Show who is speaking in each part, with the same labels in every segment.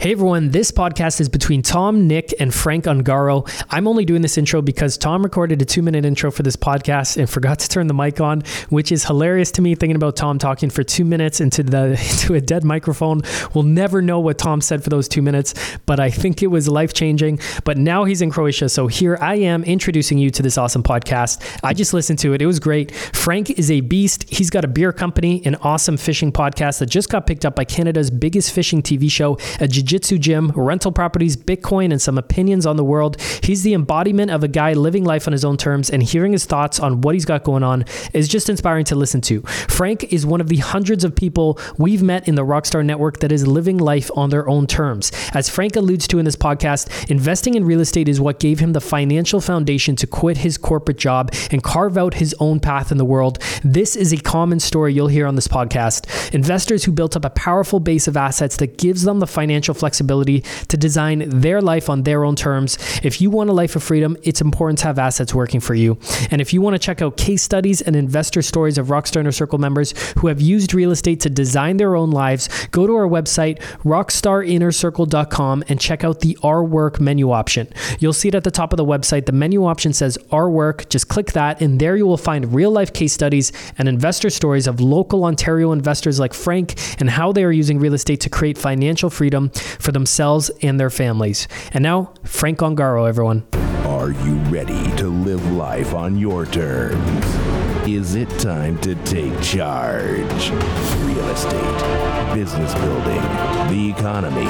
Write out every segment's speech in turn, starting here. Speaker 1: Hey everyone, this podcast is between Tom, Nick, and Frank Ungaro. I'm only doing this intro because Tom recorded a two minute intro for this podcast and forgot to turn the mic on, which is hilarious to me thinking about Tom talking for two minutes into the into a dead microphone. We'll never know what Tom said for those two minutes, but I think it was life changing. But now he's in Croatia, so here I am introducing you to this awesome podcast. I just listened to it, it was great. Frank is a beast. He's got a beer company, an awesome fishing podcast that just got picked up by Canada's biggest fishing TV show, a jiu-jitsu gym, rental properties, Bitcoin, and some opinions on the world. He's the embodiment of a guy living life on his own terms and hearing his thoughts on what he's got going on is just inspiring to listen to. Frank is one of the hundreds of people we've met in the Rockstar Network that is living life on their own terms. As Frank alludes to in this podcast, investing in real estate is what gave him the financial foundation to quit his corporate job and carve out his own path in the world. This is a common story you'll hear on this podcast. Investors who built up a powerful base of assets that gives them the financial flexibility to design their life on their own terms. If you want a life of freedom, it's important to have assets working for you. And if you want to check out case studies and investor stories of Rockstar Inner Circle members who have used real estate to design their own lives, go to our website, rockstarinnercircle.com, and check out the Our Work menu option. You'll see it at the top of the website. The menu option says Our Work. Just click that, and there you will find real life case studies and investor stories of local Ontario investors like Frank and how they are using real estate to create financial freedom for themselves and their families. And now, Frank Ongaro, everyone.
Speaker 2: Are you ready to live life on your terms? Is it time to take charge? Real estate, business building, the economy,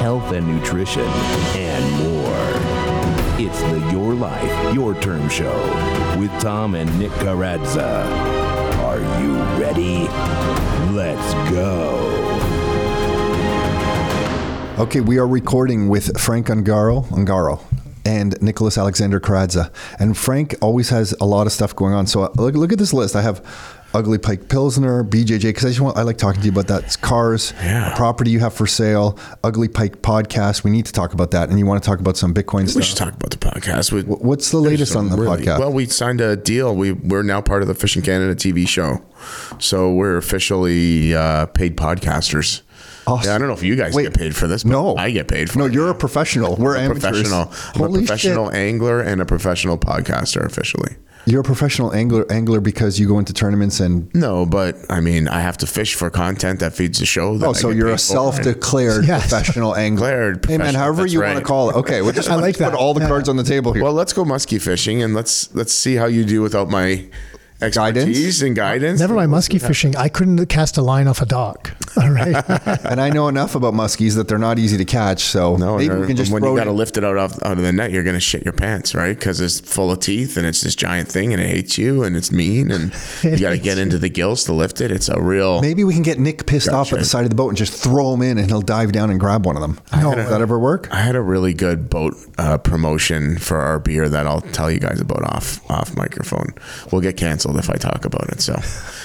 Speaker 2: health and nutrition, and more. It's the Your Life, Your Term Show with Tom and Nick Carazza. Are you ready? Let's go.
Speaker 3: Okay, we are recording with Frank Ungaro, Ungaro, and Nicholas Alexander Karadza. And Frank always has a lot of stuff going on. So uh, look, look at this list. I have Ugly Pike Pilsner, BJJ, because I just want I like talking to you about that. It's cars,
Speaker 4: Yeah.
Speaker 3: a property you have for sale, Ugly Pike podcast. We need to talk about that, and you want to talk about some Bitcoin
Speaker 4: We
Speaker 3: stuff.
Speaker 4: should talk about the podcast. We,
Speaker 3: What's the latest on the
Speaker 4: really-
Speaker 3: podcast?
Speaker 4: Well, we signed a deal. We we're now part of the Fishing Canada TV show, so we're officially uh, paid podcasters.
Speaker 3: Awesome.
Speaker 4: Yeah, I don't know if you guys
Speaker 3: Wait.
Speaker 4: get paid for this. But
Speaker 3: no,
Speaker 4: I get paid for.
Speaker 3: No,
Speaker 4: it.
Speaker 3: you're a professional. We're
Speaker 4: I'm a
Speaker 3: amateurs.
Speaker 4: professional. I'm a
Speaker 3: Holy
Speaker 4: professional
Speaker 3: shit.
Speaker 4: angler and a professional podcaster officially.
Speaker 3: You're a professional angler, angler because you go into tournaments and
Speaker 4: No, but I mean, I have to fish for content that feeds the show. That
Speaker 3: oh,
Speaker 4: I
Speaker 3: so
Speaker 4: get
Speaker 3: you're
Speaker 4: paid
Speaker 3: a
Speaker 4: for.
Speaker 3: self-declared professional angler.
Speaker 4: Declared
Speaker 3: hey man,
Speaker 4: professional,
Speaker 3: however
Speaker 4: that's
Speaker 3: you want
Speaker 4: right.
Speaker 3: to call it. Okay, we just, I
Speaker 5: like
Speaker 3: put
Speaker 5: that.
Speaker 3: all the cards on the table here.
Speaker 4: Well, let's go muskie fishing and let's let's see how you do without my expertise and guidance.
Speaker 5: Never mind musky fishing. I couldn't cast a line off a dock. All right.
Speaker 3: and I know enough about muskies that they're not easy to catch. So
Speaker 4: No,
Speaker 3: maybe
Speaker 4: no,
Speaker 3: we can just
Speaker 4: when
Speaker 3: throw
Speaker 4: you
Speaker 3: it
Speaker 4: got to
Speaker 3: in.
Speaker 4: lift it out of, out of the net, you're going to shit your pants, right? Because it's full of teeth and it's this giant thing and it hates you and it's mean and you
Speaker 5: It
Speaker 4: got to
Speaker 5: hates
Speaker 4: get into the gills to lift it. It's a real.
Speaker 3: Maybe we can get Nick pissed off at
Speaker 4: Gotcha.
Speaker 3: the side of the boat and just throw him in, and he'll dive down and grab one of them. No, does that ever work?
Speaker 4: I had a really good boat uh, promotion for our beer that I'll tell you guys about off off microphone. We'll get canceled if I talk about it. So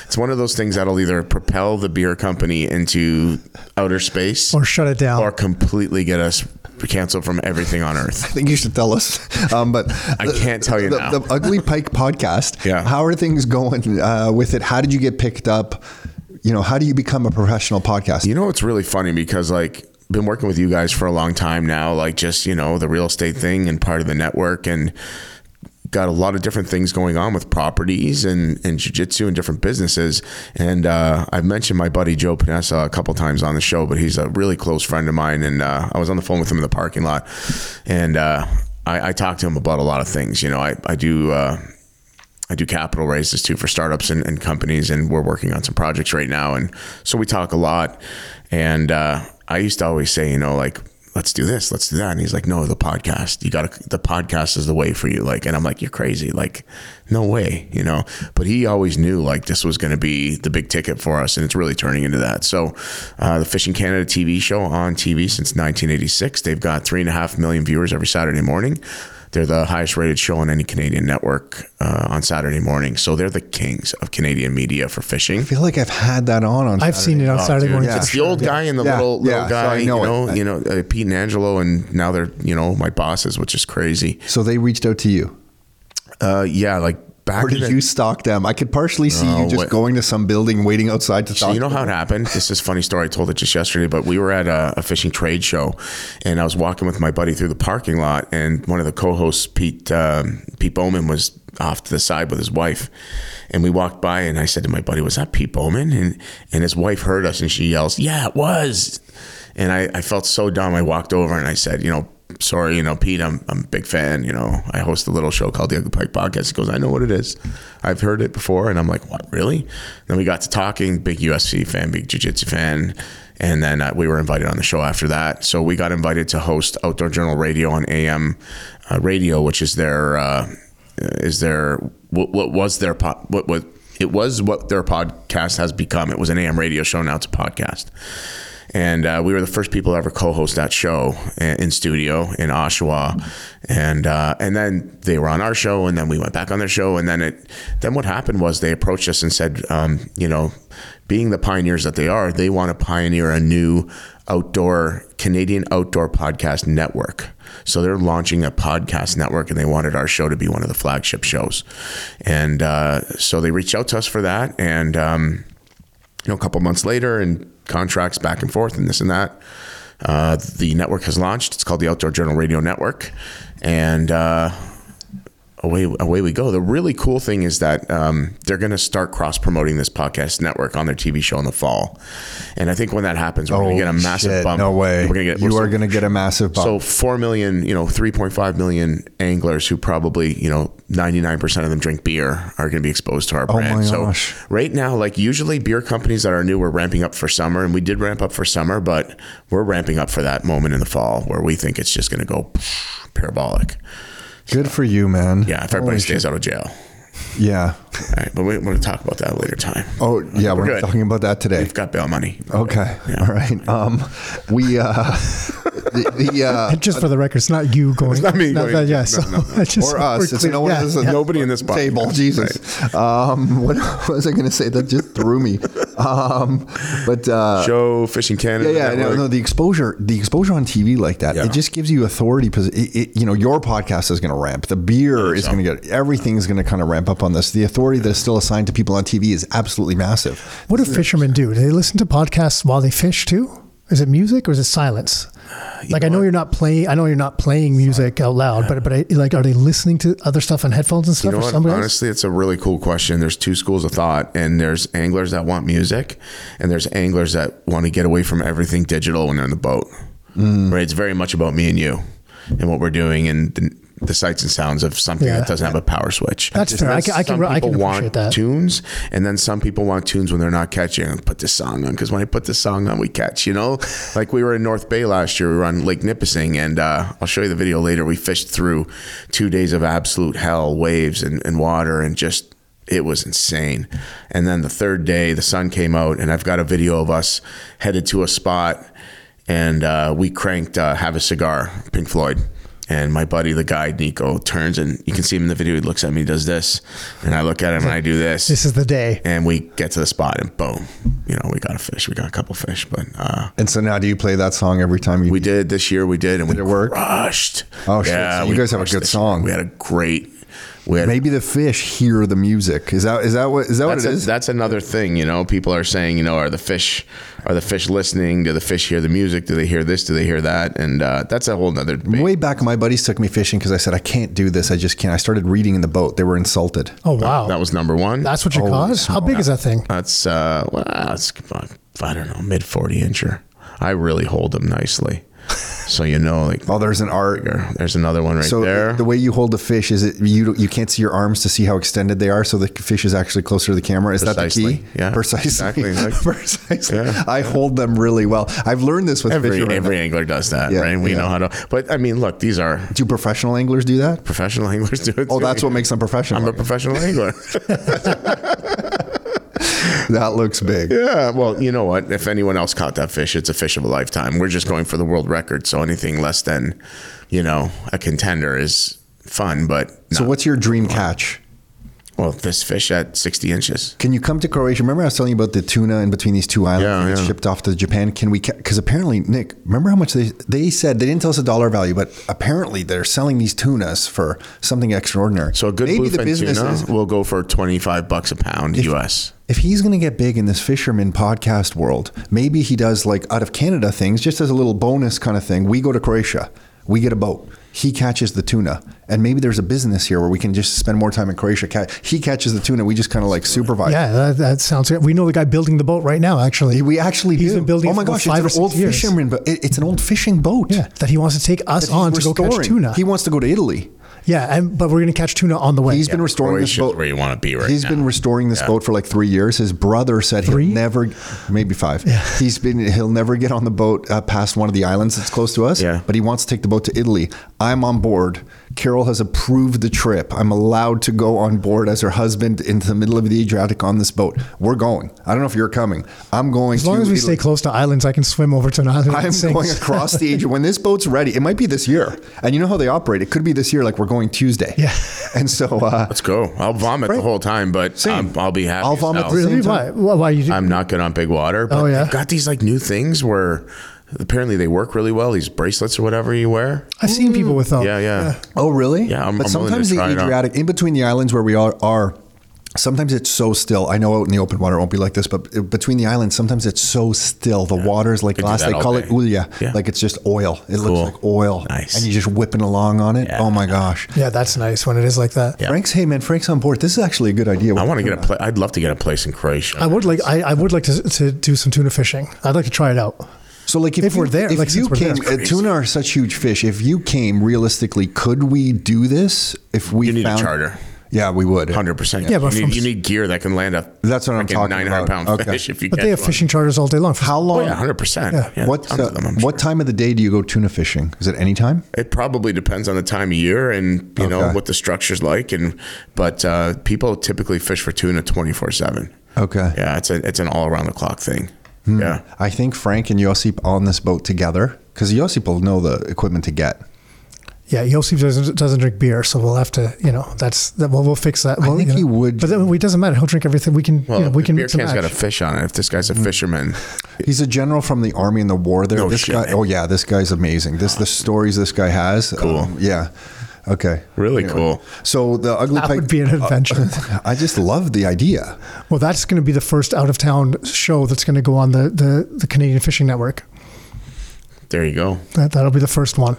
Speaker 4: it's one of those things that'll either propel the beer company into outer space
Speaker 5: or shut it down.
Speaker 4: or completely get us canceled from everything on earth.
Speaker 3: I think you should tell us. Um, but
Speaker 4: I can't tell you
Speaker 3: the,
Speaker 4: now.
Speaker 3: the Ugly Pike podcast.
Speaker 4: Yeah.
Speaker 3: How are things going uh, with it? How did you get picked up? You know, how do you become a professional podcast?
Speaker 4: You know, it's really funny because like been working with you guys for a long time now, like just, you know, the real estate thing and part of the network and got a lot of different things going on with properties and, and jujitsu and different businesses. And uh, I've mentioned my buddy Joe Panessa a couple times on the show, but he's a really close friend of mine. And uh, I was on the phone with him in the parking lot and uh, I, I talked to him about a lot of things. You know, I, I do. Uh, I do capital raises too for startups and, and companies, and we're working on some projects right now. And so we talk a lot. And uh, I used to always say, you know, like, let's do this, let's do that. And he's like, no, the podcast, you got to, the podcast is the way for you. Like, and I'm like, you're crazy. Like, no way, you know. But he always knew like this was going to be the big ticket for us, and it's really turning into that. So uh, the Fishing Canada TV show on TV since 1986, they've got three and a half million viewers every Saturday morning. They're the highest rated show on any Canadian network uh, on Saturday morning. So they're the kings of Canadian media for fishing.
Speaker 3: I feel like I've had that on on.
Speaker 5: I've seen it on Saturday
Speaker 4: Dude,
Speaker 5: morning.
Speaker 3: yeah.
Speaker 5: for
Speaker 4: It's the
Speaker 5: sure.
Speaker 4: old guy and the
Speaker 3: Yeah,
Speaker 4: little,
Speaker 3: yeah,
Speaker 4: little
Speaker 3: so
Speaker 4: guy,
Speaker 3: I know
Speaker 4: you
Speaker 3: it.
Speaker 4: know,
Speaker 3: I-
Speaker 4: you know, uh, Pete and Angelo, and now they're, you know, my bosses, which is crazy.
Speaker 3: So they reached out to you.
Speaker 4: Uh, yeah, like back
Speaker 3: Or
Speaker 4: in
Speaker 3: did
Speaker 4: the-
Speaker 3: you stalk them? I could partially see you
Speaker 4: No,
Speaker 3: just
Speaker 4: what-
Speaker 3: going to some building, waiting outside to
Speaker 4: So
Speaker 3: stalk.
Speaker 4: you know how it happened? This is a funny story. I told it just yesterday, but we were at a, a fishing trade show, and I was walking with my buddy through the parking lot, and one of the co-hosts, Pete um, Pete Bowman, was off to the side with his wife, and we walked by, and I said to my buddy, "Was that Pete Bowman?" and and his wife heard us, and she yells, "Yeah, it was!" And I, I felt so dumb. I walked over and I said, "You know." Sorry, you know, Pete, I'm, I'm a big fan. You know, I host a little show called The Ugly Pike Podcast. He goes, I know what it is. I've heard it before. And I'm like, what, really? Then we got to talking, big UFC fan, big jiu jitsu fan. And then uh, we were invited on the show after that. So we got invited to host Outdoor Journal Radio on AM uh, Radio, which is their, uh, is their, what, what was their, po- what, what, it was what their podcast has become. It was an AM radio show. Now it's a podcast and uh, we were the first people to ever co-host that show i- in studio in Oshawa, and uh, and then they were on our show, and then we went back on their show, and then it then what happened was they approached us and said, um, you know, being the pioneers that they are, they want to pioneer a new outdoor Canadian outdoor podcast network. So they're launching a podcast network, and they wanted our show to be one of the flagship shows, and uh, so they reached out to us for that, and. Um, you know, a couple months later and contracts back and forth and this and that. Uh, the network has launched. It's called the Outdoor Journal Radio Network. And uh, away, away we go. The really cool thing is that um, they're going to start cross promoting this podcast network on their TV show in the fall. And I think when that happens, we're going to get a massive
Speaker 3: Oh, shit,
Speaker 4: bump.
Speaker 3: No way.
Speaker 4: We're going to get,
Speaker 3: you
Speaker 4: we're-
Speaker 3: are going to get a massive bump.
Speaker 4: so four million, you know, three point five million anglers who probably, you know, ninety nine percent of them drink beer are going to be exposed to our brand.
Speaker 3: Oh my
Speaker 4: so
Speaker 3: gosh.
Speaker 4: right now, like usually beer companies that are new, we're ramping up for summer, and we did ramp up for summer, but we're ramping up for that moment in the fall where we think it's just going to go parabolic.
Speaker 3: Good for you, man.
Speaker 4: Yeah, if everybody stays out of jail.
Speaker 3: Yeah.
Speaker 4: All right, but we, we're going to talk about that later time.
Speaker 3: Oh, yeah. We're,
Speaker 4: We're
Speaker 3: not
Speaker 4: good.
Speaker 3: talking about that today.
Speaker 4: We've got bail money.
Speaker 3: Okay. All right. Um, we uh, the, the uh,
Speaker 5: And just for the record, it's not you going.
Speaker 4: not me going.
Speaker 5: that- yeah,
Speaker 4: No,
Speaker 5: so
Speaker 4: no, no.
Speaker 5: I just-
Speaker 3: or
Speaker 5: we're
Speaker 3: us. It's
Speaker 5: clear.
Speaker 3: no one
Speaker 5: Yeah,
Speaker 3: has a-
Speaker 5: yeah.
Speaker 4: Nobody in this podcast.
Speaker 3: table. Jesus. Um, what was I going to say? That just threw me. Um, but uh,
Speaker 4: Show Fishing Canada.
Speaker 3: Yeah, yeah, no,
Speaker 4: Network.
Speaker 3: no. The exposure, the exposure on TV like that,
Speaker 4: Yeah.
Speaker 3: it just gives you authority. posi- It, it, you know, your podcast is going to ramp. The beer is going to get. Everything's going to kind of ramp up on this. The authority that is still assigned to people on TV is absolutely massive.
Speaker 5: What do fishermen do? Do they listen to podcasts while they fish too? Is it music or is it silence? like I know you're not playing. I know you're not playing music out loud, but but I, like, are they listening to other stuff on headphones and stuff?
Speaker 4: You know
Speaker 5: or
Speaker 4: what?
Speaker 5: somebody else?
Speaker 4: Honestly, it's a really cool question. There's two schools of thought, and there's anglers that want music, and there's anglers that want to get away from everything digital when they're in the boat.
Speaker 5: Mm.
Speaker 4: Right? It's very much about me and you and what we're doing and the, the sights and sounds of something
Speaker 5: Yeah.
Speaker 4: that doesn't have a power switch.
Speaker 5: That's fair. I can- I can
Speaker 4: Some
Speaker 5: re- I can
Speaker 4: people want
Speaker 5: appreciate that.
Speaker 4: tunes, and then some people want tunes when they're not catching. I'll Put this song on because when I put this song on, we catch. You know, like we were in North Bay last year. We were on Lake Nipissing, and uh, I'll show you the video later. We fished through two days of absolute hell, waves and, and water, and just it was insane. And then the third day, the sun came out, and I've got a video of us headed to a spot, and uh, we cranked uh, "Have a Cigar" Pink Floyd. And my buddy, the guy Nico, turns and you can see him in the video. He looks at me, does this, and I look at him and I do
Speaker 5: this
Speaker 4: this,
Speaker 5: is the day.
Speaker 4: and we get to the spot and boom, you know, we got a fish. We got a couple fish, but uh,
Speaker 3: And so now, do you play that song every time you?
Speaker 4: we did this year. We did, and we
Speaker 3: it work?
Speaker 4: crushed.
Speaker 3: Oh, shit. So you
Speaker 4: we
Speaker 3: guys have a
Speaker 4: crushed
Speaker 3: good
Speaker 4: this
Speaker 3: song.
Speaker 4: year. We had a great. We had
Speaker 3: maybe the fish hear the music. Is that is that what is that
Speaker 4: that's
Speaker 3: what it
Speaker 4: a-
Speaker 3: is?
Speaker 4: that's another thing, you know. People are saying, you know, are the fish are the fish listening? Do the fish hear the music? Do they hear this? Do they hear that? And uh, that's a whole nother debate.
Speaker 3: Way back, my buddies took me fishing because I said I can't do this. I just can't. I started reading in the boat. They were insulted.
Speaker 5: Oh wow,
Speaker 4: That was number one.
Speaker 5: that's what you
Speaker 3: Holy
Speaker 5: caught. How big is that thing?
Speaker 4: That's uh, well, that's I don't know, mid forty incher. I really hold them nicely, so you know, like
Speaker 3: Oh, there's an art.
Speaker 4: there's another one right
Speaker 3: So
Speaker 4: there.
Speaker 3: the- the way you hold the fish is it you don't- you can't see your arms to see how extended they are, so the fish is actually closer to the camera. Is that the
Speaker 4: Precisely.
Speaker 3: key?
Speaker 4: Yeah.
Speaker 3: precisely.
Speaker 4: Exactly. Like-
Speaker 3: precisely.
Speaker 4: Yeah.
Speaker 3: I hold them really well. I've learned this with
Speaker 4: every
Speaker 3: fishermen.
Speaker 4: every angler does that,
Speaker 3: Yeah,
Speaker 4: right? We
Speaker 3: yeah.
Speaker 4: know how to. But I mean, look, these are
Speaker 3: Do professional anglers do that?
Speaker 4: professional anglers do it.
Speaker 3: Oh,
Speaker 4: too.
Speaker 3: that's what makes them professional.
Speaker 4: I'm a professional angler.
Speaker 3: that looks big.
Speaker 4: yeah. Well, you know what? If anyone else caught that fish, it's a fish of a lifetime. We're just going for the world record, so anything less than, you know, a contender is fun. But
Speaker 3: So, what's your dream catch?
Speaker 4: Well, this fish at 60 inches.
Speaker 3: Can you come to Croatia? Remember I was telling you about the tuna in between these two islands
Speaker 4: Yeah,
Speaker 3: and it's
Speaker 4: yeah.
Speaker 3: shipped off to Japan? Can we? Because apparently, Nick, remember how much they they said they didn't tell us a dollar value, but apparently they're selling these tunas for something extraordinary.
Speaker 4: So a good
Speaker 3: maybe the
Speaker 4: bluefin
Speaker 3: business
Speaker 4: tuna
Speaker 3: is
Speaker 4: will go for 25 bucks a pound US.
Speaker 3: if he's going to get big in this fisherman podcast world, maybe he does like out of Canada things, just as a little bonus kind of thing. We go to Croatia, we get a boat, he catches the tuna, and maybe there's a business here where we can just spend more time in Croatia. Ca- He catches the tuna, we just kind of like supervise.
Speaker 5: Yeah, that, that sounds good. We know the guy building the boat right now, actually.
Speaker 3: We actually
Speaker 5: He's
Speaker 3: do.
Speaker 5: been building
Speaker 3: oh my
Speaker 5: it for
Speaker 3: gosh,
Speaker 5: five or
Speaker 3: it's
Speaker 5: six
Speaker 3: an old
Speaker 5: years.
Speaker 3: fisherman, but it, it's an old fishing boat.
Speaker 5: Yeah, that he wants to take us
Speaker 3: that he's
Speaker 5: on to go catch
Speaker 3: restoring.
Speaker 5: tuna.
Speaker 3: He wants to go to Italy.
Speaker 5: yeah, and, but we're going to catch tuna on the way.
Speaker 3: He's been restoring this
Speaker 4: Croatia's
Speaker 3: boat.
Speaker 4: where you want to be right
Speaker 3: He's been
Speaker 4: now.
Speaker 3: restoring this boat for like three years. His brother said he
Speaker 5: Three?
Speaker 3: he'll never, maybe five. He's been he'll never get on the boat uh, past one of the islands that's close to us.
Speaker 4: Yeah.
Speaker 3: But he wants to take the boat to Italy. I'm on board. Carol has approved the trip. I'm allowed to go on board as her husband into the middle of the Adriatic on this boat. We're going. I don't know if you're coming. I'm going.
Speaker 5: As long as we stay close to islands, I can swim over to an island.
Speaker 3: I'm
Speaker 5: and sing.
Speaker 3: going across the Adriatic. When this boat's ready, it might be this year. And you know how they operate. It could be this year, like we're going Tuesday.
Speaker 5: Yeah.
Speaker 3: And so uh,
Speaker 4: Let's go. I'll vomit the whole time, but
Speaker 3: Same.
Speaker 4: um, I'll be happy.
Speaker 3: I'll
Speaker 4: as
Speaker 3: vomit
Speaker 4: hell.
Speaker 3: the
Speaker 5: Really?
Speaker 3: Same
Speaker 5: Why?
Speaker 3: time.
Speaker 5: Why, why you?
Speaker 4: I'm not good on big water, but
Speaker 5: Oh, yeah?
Speaker 4: they've got these like new things where apparently they work really well. These bracelets or whatever you wear.
Speaker 5: I've seen
Speaker 3: Mm.
Speaker 5: people with them.
Speaker 4: Yeah, yeah.
Speaker 3: Oh, really?
Speaker 4: Yeah, I'm-
Speaker 3: but
Speaker 4: I'm willing to
Speaker 3: sometimes the
Speaker 4: try it out.
Speaker 3: Adriatic, in between the islands where we are, are, sometimes it's so still. I know out in the open water it won't be like this, but it- between the islands, sometimes it's so still. The water is like
Speaker 4: Could do
Speaker 3: glass.
Speaker 4: that
Speaker 3: They
Speaker 4: all
Speaker 3: call it
Speaker 4: day.
Speaker 3: ulya,
Speaker 4: Yeah.
Speaker 3: like it's just oil. It
Speaker 4: Cool.
Speaker 3: looks like oil.
Speaker 4: Nice.
Speaker 3: And you're just whipping along on it. Oh my gosh.
Speaker 5: Yeah, that's nice when it is like that.
Speaker 4: Yeah.
Speaker 3: Frank's, hey man, Frank's on board. This is actually a good idea.
Speaker 4: I want to get a place. I'd love to get a place in Croatia.
Speaker 5: I would like. I, I would like to, to do some tuna fishing. I'd like to try it out.
Speaker 3: So, like, if,
Speaker 5: If
Speaker 3: you-
Speaker 5: we're there,
Speaker 3: if
Speaker 5: like,
Speaker 3: you
Speaker 5: since we're there,
Speaker 3: came,
Speaker 5: it's
Speaker 3: uh,
Speaker 5: crazy.
Speaker 3: tuna are such huge fish. If you came, realistically, could we do this? If we
Speaker 4: You need a
Speaker 3: found,
Speaker 4: charter.
Speaker 3: yeah, we would.
Speaker 4: Hundred percent.
Speaker 5: Yeah,
Speaker 4: Yeah,
Speaker 5: but
Speaker 4: but you
Speaker 5: from-
Speaker 4: need, you need gear that can land a
Speaker 3: That's what I'm talking
Speaker 4: Nine hundred
Speaker 3: about.
Speaker 4: pound
Speaker 3: Okay.
Speaker 4: fish if you.
Speaker 5: But
Speaker 4: catch
Speaker 5: they have
Speaker 4: one.
Speaker 5: fishing charters all day long.
Speaker 3: How long?
Speaker 4: Oh yeah, hundred percent. Yeah,
Speaker 3: what uh,
Speaker 4: tons of them, I'm
Speaker 3: what
Speaker 4: sure.
Speaker 3: time of the day do you go tuna fishing? Is it any time?
Speaker 4: It probably depends on the time of year and you know
Speaker 3: Okay.
Speaker 4: what the structure's like, and but uh, people typically fish for tuna twenty four seven.
Speaker 3: Okay.
Speaker 4: Yeah, it's a it's an all around the clock thing. Yeah.
Speaker 3: I think Frank and Josip on this boat together because Josip will know the equipment to get.
Speaker 5: Yeah, Yosef doesn't doesn't drink beer, so we'll have to. You know, that's that. Well, we'll fix that. Well,
Speaker 3: think
Speaker 5: you know,
Speaker 3: he would-
Speaker 5: But then it doesn't matter. He'll drink everything. We can.
Speaker 4: Well,
Speaker 5: you know, we
Speaker 4: the
Speaker 5: can
Speaker 4: beer
Speaker 5: mix and
Speaker 4: can's got a
Speaker 5: match.
Speaker 4: fish on it. If this guy's a fisherman,
Speaker 3: He's a general from the army in the war. There,
Speaker 4: No
Speaker 3: this
Speaker 4: shit.
Speaker 3: guy. Oh yeah, this guy's amazing. This the stories this guy has. Cool. yeah. Okay.
Speaker 4: really cool.
Speaker 3: So the ugly
Speaker 5: That
Speaker 3: pike.
Speaker 5: would be an adventure.
Speaker 3: I just love the idea.
Speaker 5: well, that's going to be the first out of town show that's going to go on the, the the Canadian Fishing Network.
Speaker 4: There you go.
Speaker 5: That that'll be the first one.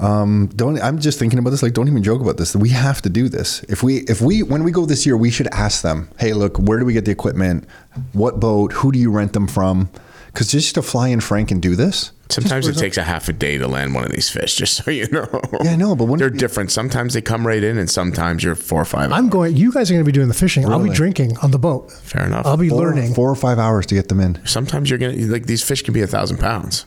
Speaker 3: Don't. I'm just thinking about this. Like, don't even joke about this. We have to do this. If we, if we, when we go this year, we should ask them. Hey, look, where do we get the equipment? What boat? Who do you rent them from? Because just to fly in Frank and do this.
Speaker 4: Sometimes it takes a half a day to land one of these fish, just so you know.
Speaker 3: Yeah, I know, but wouldn't
Speaker 4: they're
Speaker 3: it be-
Speaker 4: different. Sometimes they come right in, and sometimes you're four or five.
Speaker 5: I'm going. You guys are going to be doing the fishing. I'll be
Speaker 3: Really?
Speaker 5: drinking on the boat.
Speaker 4: Fair enough.
Speaker 5: I'll be
Speaker 3: Four-
Speaker 5: learning.
Speaker 3: four or five hours to get them in.
Speaker 4: Sometimes you're gonna like these fish can be a thousand pounds.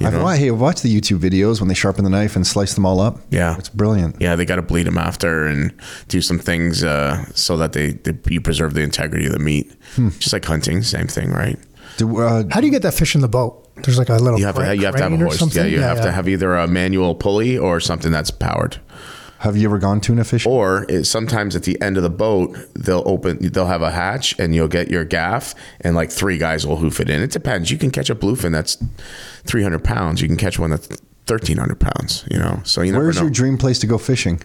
Speaker 4: You
Speaker 3: I've
Speaker 4: know?
Speaker 3: watched, hey, I've watched the YouTube videos when they sharpen the knife and slice them all up.
Speaker 4: Yeah.
Speaker 3: It's brilliant.
Speaker 4: Yeah, they got to bleed them after and do some things uh, so that they, they you preserve the integrity of the meat.
Speaker 5: Hmm.
Speaker 4: Just like hunting, same thing, right?
Speaker 3: Do, uh,
Speaker 5: How do you get that fish in the boat? There's like a little.
Speaker 4: You have
Speaker 5: cra-
Speaker 4: to you have to have a
Speaker 5: crane or
Speaker 4: hoist.
Speaker 5: something?
Speaker 4: Yeah, you have
Speaker 5: yeah.
Speaker 4: to have either a manual pulley or something that's powered.
Speaker 3: have you ever gone tuna fishing?
Speaker 4: Or it, sometimes at the end of the boat, they'll open they'll have a hatch and you'll get your gaff and like three guys will hoof it in. It depends. You can catch a bluefin that's three hundred pounds. You can catch one that's thirteen hundred pounds. You know, so you never
Speaker 3: Where's
Speaker 4: know.
Speaker 3: your dream place to go fishing?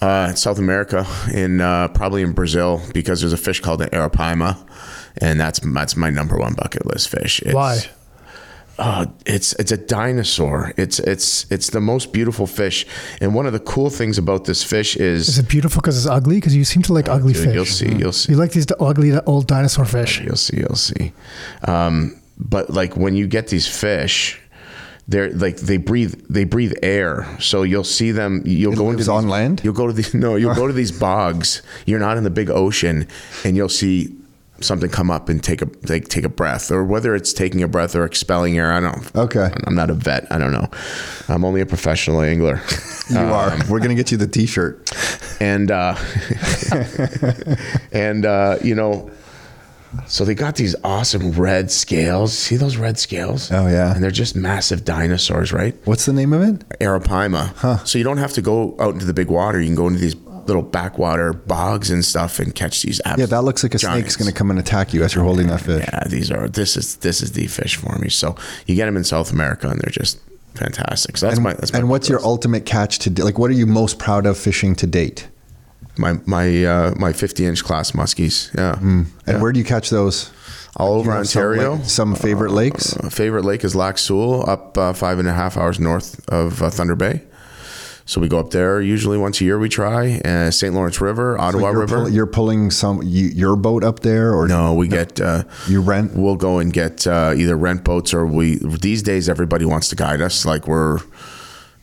Speaker 4: uh, South America, in uh, probably in Brazil, because there's a fish called an arapaima, and that's that's my number one bucket list fish. It's,
Speaker 5: Why?
Speaker 4: Uh, it's it's a dinosaur. It's it's it's the most beautiful fish, and one of the cool things about this fish is,
Speaker 5: Is it beautiful because it's ugly? Because you seem to like ugly
Speaker 4: Dude,
Speaker 5: fish.
Speaker 4: Uh, you'll see, you'll see.
Speaker 5: You like these d- ugly d- old dinosaur fish.
Speaker 4: You'll see. You'll see. Um, but like when you get these fish, they're like they breathe. They breathe air. So you'll see them. You'll
Speaker 3: It
Speaker 4: go into
Speaker 3: lives
Speaker 4: these,
Speaker 3: on land?
Speaker 4: You'll go to the no. You'll go to these bogs. You're not in the big ocean, and you'll see something come up and take a like take a breath, or whether it's taking a breath or expelling air. I don't.
Speaker 3: Okay.
Speaker 4: I'm not a vet. I don't know. I'm only a professional angler.
Speaker 3: You
Speaker 4: Um,
Speaker 3: are. We're going to get you the t shirt.
Speaker 4: and uh, and uh, you know, so they got these awesome red scales. See those red scales?
Speaker 3: Oh, yeah.
Speaker 4: and they're just massive dinosaurs, right?
Speaker 3: What's the name of it?
Speaker 4: Arapaima. So you don't have to go out into the big water. You can go into these out little backwater bogs and stuff and catch these.
Speaker 3: Yeah, that looks like a snake's going to come and attack you as you're holding that fish.
Speaker 4: Yeah, these are this is this is the fish for me. So you get them in South America and they're just fantastic. So that's
Speaker 3: and
Speaker 4: my that's my
Speaker 3: and what's your
Speaker 4: list.
Speaker 3: ultimate catch to da- like? What are you most proud of fishing to date?
Speaker 4: my my uh, my 50 inch class muskies? Yeah,
Speaker 3: And where do you catch those?
Speaker 4: all
Speaker 3: Hmm.
Speaker 4: over
Speaker 3: You know, some
Speaker 4: Ontario.
Speaker 3: lake- Some, favorite lakes.
Speaker 4: Uh, favorite lake is Lac Sewell, up uh, five and a half hours north of uh, Thunder Bay. So we go up there usually once a year. We try uh, St. Lawrence River, Ottawa
Speaker 3: you're,
Speaker 4: River.
Speaker 3: pull- you're pulling some you, your boat up there, or
Speaker 4: no, we get uh,
Speaker 3: you rent.
Speaker 4: We'll go and get uh, either rent boats or we. These days, everybody wants to guide us. Like we're,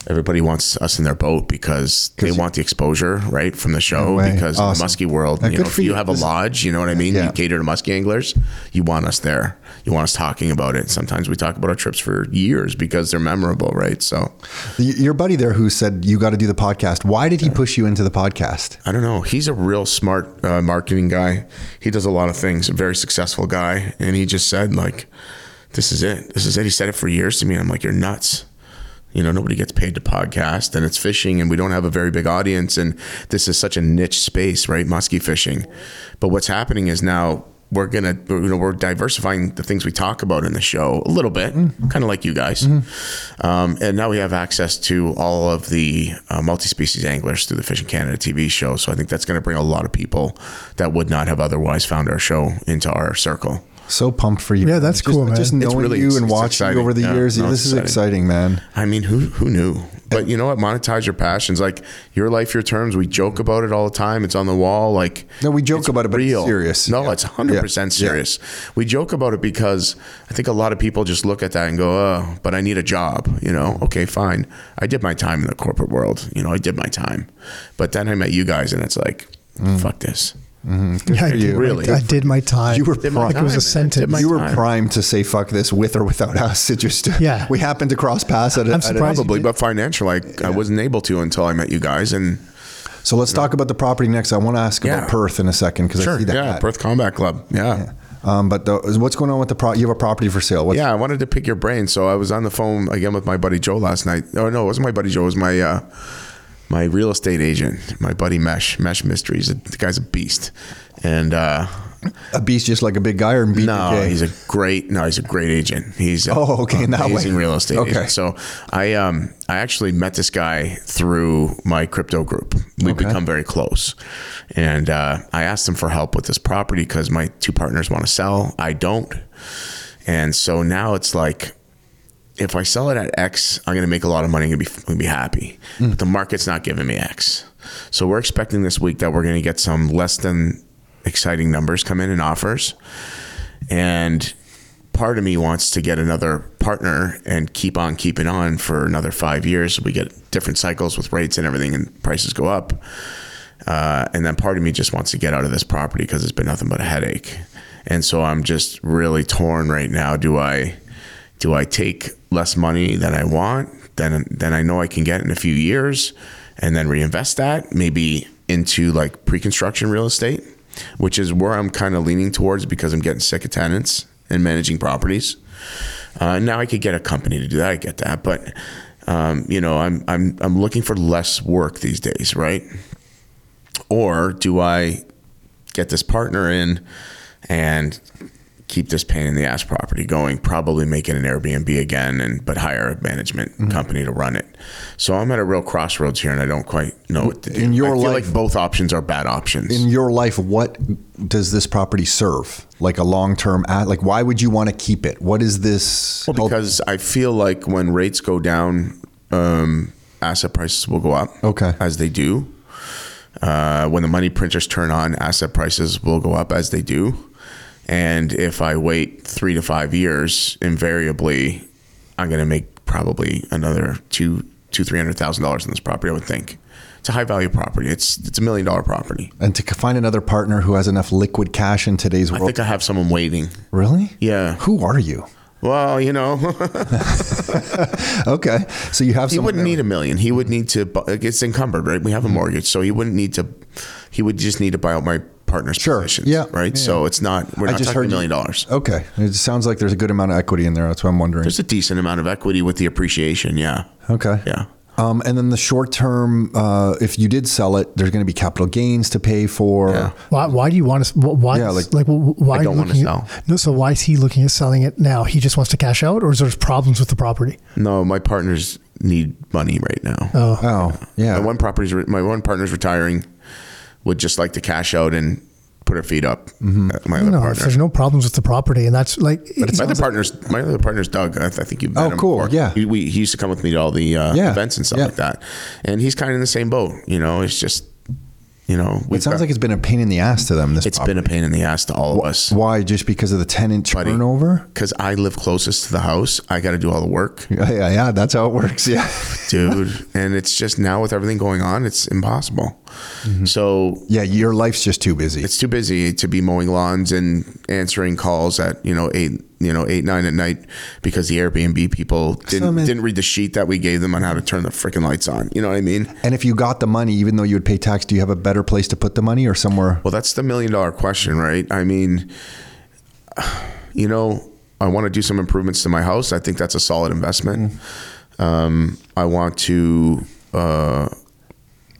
Speaker 4: everybody wants us in their boat because they want the exposure, right, from the show.
Speaker 3: way.
Speaker 4: Because in
Speaker 3: Awesome.
Speaker 4: the muskie world,
Speaker 3: Uh,
Speaker 4: you
Speaker 3: good
Speaker 4: know, if
Speaker 3: for
Speaker 4: you
Speaker 3: you.
Speaker 4: have a
Speaker 3: This-
Speaker 4: lodge, you know what I mean.
Speaker 3: Yeah.
Speaker 4: You cater to muskie anglers. You want us there. You want us talking about it. Sometimes we talk about our trips for years because they're memorable, right? So
Speaker 3: Y- Your buddy there who said you got to do the podcast. Why did he push you into the podcast?
Speaker 4: I don't know. He's a real smart uh, marketing guy. He does a lot of things. A very successful guy, and he just said like, "This is it. This is it." He said it for years to me. I'm like, "You're nuts." You know, nobody gets paid to podcast, and it's fishing, and we don't have a very big audience, and this is such a niche space, right? Muskie fishing. But what's happening is now we're gonna, you know, we're diversifying the things we talk about in the show a little bit, kind of like you guys. Um, and now we have access to all of the uh, multi-species anglers through the Fishing Canada TV show. So I think that's going to bring a lot of people that would not have otherwise found our show into our circle.
Speaker 3: So pumped for you.
Speaker 5: Yeah, that's
Speaker 3: Just-
Speaker 5: cool, man.
Speaker 3: Just
Speaker 5: It's
Speaker 3: knowing
Speaker 4: really-
Speaker 3: you
Speaker 4: it's-
Speaker 3: and
Speaker 4: it's
Speaker 3: watching
Speaker 4: exciting.
Speaker 3: you over the
Speaker 4: Yeah,
Speaker 3: years,
Speaker 4: no,
Speaker 3: this
Speaker 4: it's
Speaker 3: is
Speaker 4: exciting.
Speaker 3: exciting, man.
Speaker 4: I mean, who who knew? But you know what? Monetize your passions. Like your life, your terms. We joke about it all the time. It's on the wall. Like
Speaker 3: No, we joke
Speaker 4: it's
Speaker 3: about it, but it's serious.
Speaker 4: No,
Speaker 3: Yeah.
Speaker 4: it's hundred percent
Speaker 3: Yeah.
Speaker 4: serious. We joke about it because I think a lot of people just look at that and go, "Oh, but I need a job." You know? Okay, fine. I did my time in the corporate world. You know, I did my time. But then I met you guys, and it's like,
Speaker 3: Mm.
Speaker 4: fuck this.
Speaker 5: Yeah, I did,
Speaker 4: Really?
Speaker 5: I did my time.
Speaker 3: You were
Speaker 4: Did my
Speaker 3: primed.
Speaker 5: Like it was a
Speaker 4: time, man.
Speaker 5: sentence.
Speaker 4: Did my
Speaker 3: You were
Speaker 4: time.
Speaker 3: primed to say fuck this with or without us. It just
Speaker 5: Yeah.
Speaker 3: we happened to cross paths at a,
Speaker 5: I'm
Speaker 3: at a-
Speaker 5: surprised you
Speaker 4: probably, but financial, I I wasn't able to until I met you guys, and
Speaker 3: So let's talk about the property next. I want to ask
Speaker 4: Yeah.
Speaker 3: about Perth in a second because I see that.
Speaker 4: yeah,
Speaker 3: hat.
Speaker 4: Perth Combat Club, yeah.
Speaker 3: Um, but the, what's going on with the pro? You have a property for sale. What's,
Speaker 4: Yeah, I wanted to pick your brain. So I was on the phone again with my buddy Joe last night. Oh no, it wasn't my buddy Joe. It was my uh, my real estate agent, my buddy Mesh, Mesh Mysteries. The guy's a beast, and uh,
Speaker 3: a beast just like a big guy or BPK?
Speaker 4: no, he's a great no, he's a great agent. He's a
Speaker 3: Oh, okay, in that way.
Speaker 4: amazing real estate
Speaker 3: Okay.
Speaker 4: agent. So I um I actually met this guy through my crypto group. We've become very close, and uh, I asked him for help with this property because my two partners want to sell. I don't, and so now it's like if I sell it at X, I'm going to make a lot of money. I'm going to be, be happy.
Speaker 3: Hmm.
Speaker 4: But the market's not giving me X. So we're expecting this week that we're going to get some less than exciting numbers come in and offers. And part of me wants to get another partner and keep on keeping on for another five years. We get different cycles with rates and everything, and prices go up. Uh, and then part of me just wants to get out of this property because it's been nothing but a headache. And so I'm just really torn right now. Do I do I take less money than I want, than than I know I can get in a few years, and then reinvest that maybe into like pre-construction real estate, which is where I'm kind of leaning towards because I'm getting sick of tenants and managing properties. Uh, now I could get a company to do that. I get that, but um, you know, I'm I'm I'm looking for less work these days, right? or do I get this partner in and keep this pain in the ass property going? Probably make it an Airbnb again, and but hire a management
Speaker 3: Mm-hmm.
Speaker 4: company to run it. So I'm at a real crossroads here, and I don't quite know what to do.
Speaker 3: In your
Speaker 4: I feel
Speaker 3: life-
Speaker 4: like both options are bad options.
Speaker 3: in your life, what does this property serve? Like a long term, like why would you want to keep it? What is this?
Speaker 4: well, because I feel like when rates go down, um, asset prices will go up.
Speaker 3: Okay.
Speaker 4: as they do. Uh, when the money printers turn on, asset prices will go up as they do. And if I wait three to five years, invariably, I'm going to make probably another two, two, three hundred thousand dollars in this property. I would think it's a high value property. It's it's a million dollar property.
Speaker 3: and to find another partner who has enough liquid cash in today's
Speaker 4: I
Speaker 3: world.
Speaker 4: think I have someone waiting.
Speaker 3: really?
Speaker 4: Yeah.
Speaker 3: Who are you?
Speaker 4: Well, you know.
Speaker 3: Okay, so you have.
Speaker 4: He
Speaker 3: someone
Speaker 4: wouldn't
Speaker 3: that-
Speaker 4: need a million. He would need to. bu- like, It's encumbered, right? We have a mortgage, so he wouldn't need to. He would just need to buy out my partner's
Speaker 3: Sure.
Speaker 4: positions,
Speaker 3: Yeah.
Speaker 4: right? So it's not. We're
Speaker 3: I
Speaker 4: not
Speaker 3: just
Speaker 4: talking
Speaker 3: heard
Speaker 4: a
Speaker 3: you-
Speaker 4: million dollars.
Speaker 3: Okay, it sounds like there's a good amount of equity in there. That's what I'm wondering.
Speaker 4: There's a decent amount of equity with the appreciation. Yeah.
Speaker 3: okay.
Speaker 4: Yeah.
Speaker 3: Um, and then the short term, uh, if you did sell it, there's going to be capital gains to pay for.
Speaker 4: Yeah.
Speaker 5: Why, why do you want to? Why?
Speaker 3: Yeah,
Speaker 5: like,
Speaker 3: like-
Speaker 5: like wh- why?
Speaker 4: I
Speaker 5: are you
Speaker 4: don't wanna
Speaker 5: looking
Speaker 4: sell.
Speaker 5: At, no, so why is he looking at selling it now? He just wants to cash out, or is there problems with the property?
Speaker 4: No, my partners need money right now.
Speaker 5: Oh,
Speaker 3: Oh, yeah.
Speaker 4: My one property's re- my one partner's retiring. Would just like to cash out and put her feet up. Uh, My other
Speaker 5: no, if
Speaker 4: partner.
Speaker 5: there's no problems with the property, and that's like, it
Speaker 4: my other
Speaker 5: sounds like-
Speaker 4: partner's my other partner's Doug. I, th- I think you. Met
Speaker 3: Oh,
Speaker 4: him
Speaker 3: cool,
Speaker 4: before.
Speaker 3: yeah.
Speaker 4: He, we, he used to come with me to all the uh,
Speaker 3: Yeah,
Speaker 4: events and stuff
Speaker 3: yeah.
Speaker 4: like that, and he's kind of in the same boat. You know, it's just you know
Speaker 3: it sounds like it's been a pain in the ass to them. This
Speaker 4: it's been a pain in the ass to all of us
Speaker 3: Why? Just because of the tenant
Speaker 4: Buddy.
Speaker 3: turnover?
Speaker 4: because I live closest to the house. I got to do all the work,
Speaker 3: Yeah, yeah, yeah. That's how it works. Yeah.
Speaker 4: dude, and it's just now with everything going on, it's impossible.
Speaker 3: Mm-hmm.
Speaker 4: So
Speaker 3: Yeah. Your life's just too busy.
Speaker 4: it's too busy to be mowing lawns and answering calls at you know eight you know eight nine at night because the Airbnb people didn't
Speaker 3: Some-
Speaker 4: didn't read the sheet that we gave them on how to turn the freaking lights on. You know what I mean?
Speaker 3: and if you got the money, even though you would pay tax, do you have a better place to put the money or somewhere?
Speaker 4: Well, that's the million dollar question, right? I mean, you know, I want to do some improvements to my house. I think that's a solid investment. Um, I want to uh,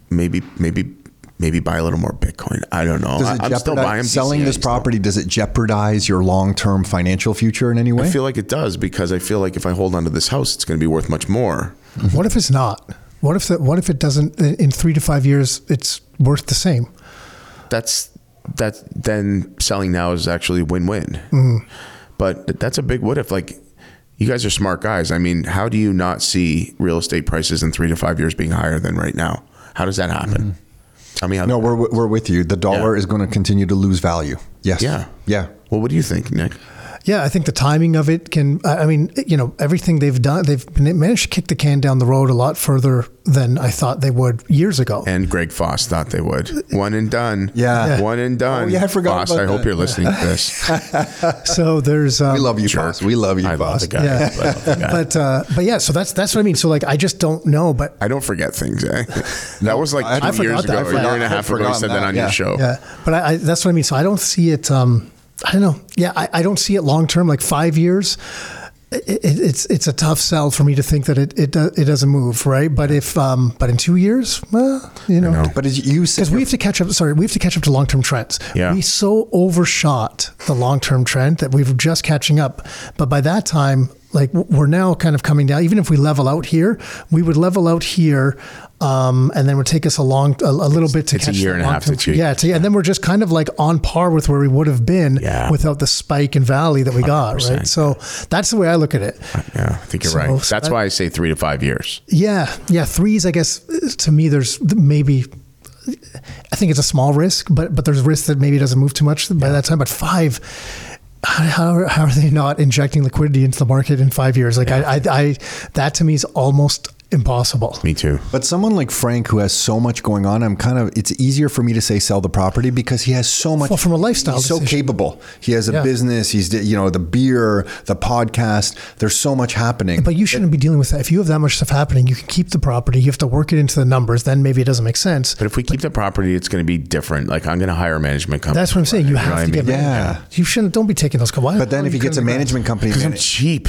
Speaker 4: maybe maybe maybe buy a little more Bitcoin. I don't know. I, I'm still buying
Speaker 3: selling
Speaker 4: DCA
Speaker 3: this
Speaker 4: still.
Speaker 3: property? Does it jeopardize your long term financial future in any way?
Speaker 4: I feel like it does because I feel like if I hold onto this house, it's going to be worth much more.
Speaker 5: what if it's not? What if that? What if it doesn't? In three to five years, it's worth the same.
Speaker 4: That's that. Then selling now is actually a win-win.
Speaker 3: Mm-hmm.
Speaker 4: But th- that's a big what if. Like, you guys are smart guys. I mean, how do you not see real estate prices in three to five years being higher than right now? How does that happen? Tell me how.
Speaker 3: Mm-hmm. no, we're, we're with you. The dollar
Speaker 4: Yeah.
Speaker 3: is going to continue to lose value. Yes.
Speaker 4: Yeah.
Speaker 3: Yeah.
Speaker 4: Well, what do you think, Nick?
Speaker 5: Yeah, I think the timing of it can. I I mean, you know, everything they've done, they've been- managed to kick the can down the road a lot further than I thought they would years ago.
Speaker 4: And Greg Foss thought they would. One and done.
Speaker 3: Yeah.
Speaker 4: One and done.
Speaker 3: Oh, yeah, I forgot
Speaker 4: Foss,
Speaker 3: about
Speaker 4: I hope
Speaker 3: that.
Speaker 4: you're listening to this.
Speaker 5: So there's. Um,
Speaker 3: We love you,
Speaker 4: Jerk.
Speaker 3: boss. We love you,
Speaker 4: I love
Speaker 3: boss.
Speaker 4: the guy.
Speaker 5: Yeah.
Speaker 4: I love the guy.
Speaker 5: but uh, but yeah, so that's that's what I mean. So like, I just don't know, but
Speaker 4: I don't forget things. Eh? That was like
Speaker 3: I-
Speaker 4: two
Speaker 3: I
Speaker 5: forgot
Speaker 4: years
Speaker 5: that.
Speaker 4: ago,
Speaker 5: I
Speaker 4: a year
Speaker 5: forgot-
Speaker 4: and a
Speaker 3: I
Speaker 4: half
Speaker 3: had
Speaker 4: ago. You
Speaker 3: forgotten
Speaker 4: said that,
Speaker 3: that,
Speaker 4: on your
Speaker 3: yeah.
Speaker 4: show.
Speaker 5: Yeah, but I, I, that's what I mean. So I don't see it. Um, I don't know. Yeah, I, I don't see it long term. Like five years, it, it, it's it's a tough sell for me to think that it it, do, it doesn't move right. But if um, but in two years, well, you know,
Speaker 3: But as you said,
Speaker 5: because we have to catch up. Sorry, we have to catch up to long term trends.
Speaker 4: Yeah.
Speaker 5: we so overshot the long term trend that we were just catching up. But by that time, like w- we're now kind of coming down. Even if we level out here, we would level out here. Um, and then it would take us a long, a, a little bit to
Speaker 4: it's a
Speaker 5: catch
Speaker 4: year
Speaker 5: that
Speaker 4: and a half
Speaker 5: long-term
Speaker 4: to
Speaker 5: trend.
Speaker 4: two
Speaker 5: Yeah, it's a- and then we're just kind of like on par with where we would have been
Speaker 4: Yeah.
Speaker 5: without the spike and valley that we got,
Speaker 4: 100%.
Speaker 5: right? So that's the way I look at it.
Speaker 4: Yeah, I think you're
Speaker 5: So-
Speaker 4: right.
Speaker 5: so
Speaker 4: That's
Speaker 5: that-
Speaker 4: why I say three to five years.
Speaker 5: Yeah, yeah. Threes, I guess, to me, there's maybe. I think it's a small risk, but but there's risk that maybe it doesn't move too much by that time. But five, how, how, how are they not injecting liquidity into the market in five years? Like I, I, I, that to me is almost impossible.
Speaker 4: Me too.
Speaker 3: But someone like Frank, who has so much going on, I'm kind of. It's easier for me to say sell the property because he has so much.
Speaker 5: Well, from a lifestyle
Speaker 3: he's so
Speaker 5: decision.
Speaker 3: capable. He has a
Speaker 5: Yeah.
Speaker 3: business. He's you know the beer, the podcast. There's so much happening.
Speaker 5: But you shouldn't be dealing with that. If you have that much stuff happening, you can keep the property. You have to work it into the numbers. Then maybe it doesn't make sense.
Speaker 4: But if we keep the property, it's going to be different. Like I'm going to hire a management company.
Speaker 5: That's what I'm saying. You have to get.
Speaker 3: Yeah.
Speaker 5: You shouldn't. Don't be taking those. Why,
Speaker 3: but then if he gets a management company,
Speaker 4: Because I'm
Speaker 3: man-
Speaker 4: cheap.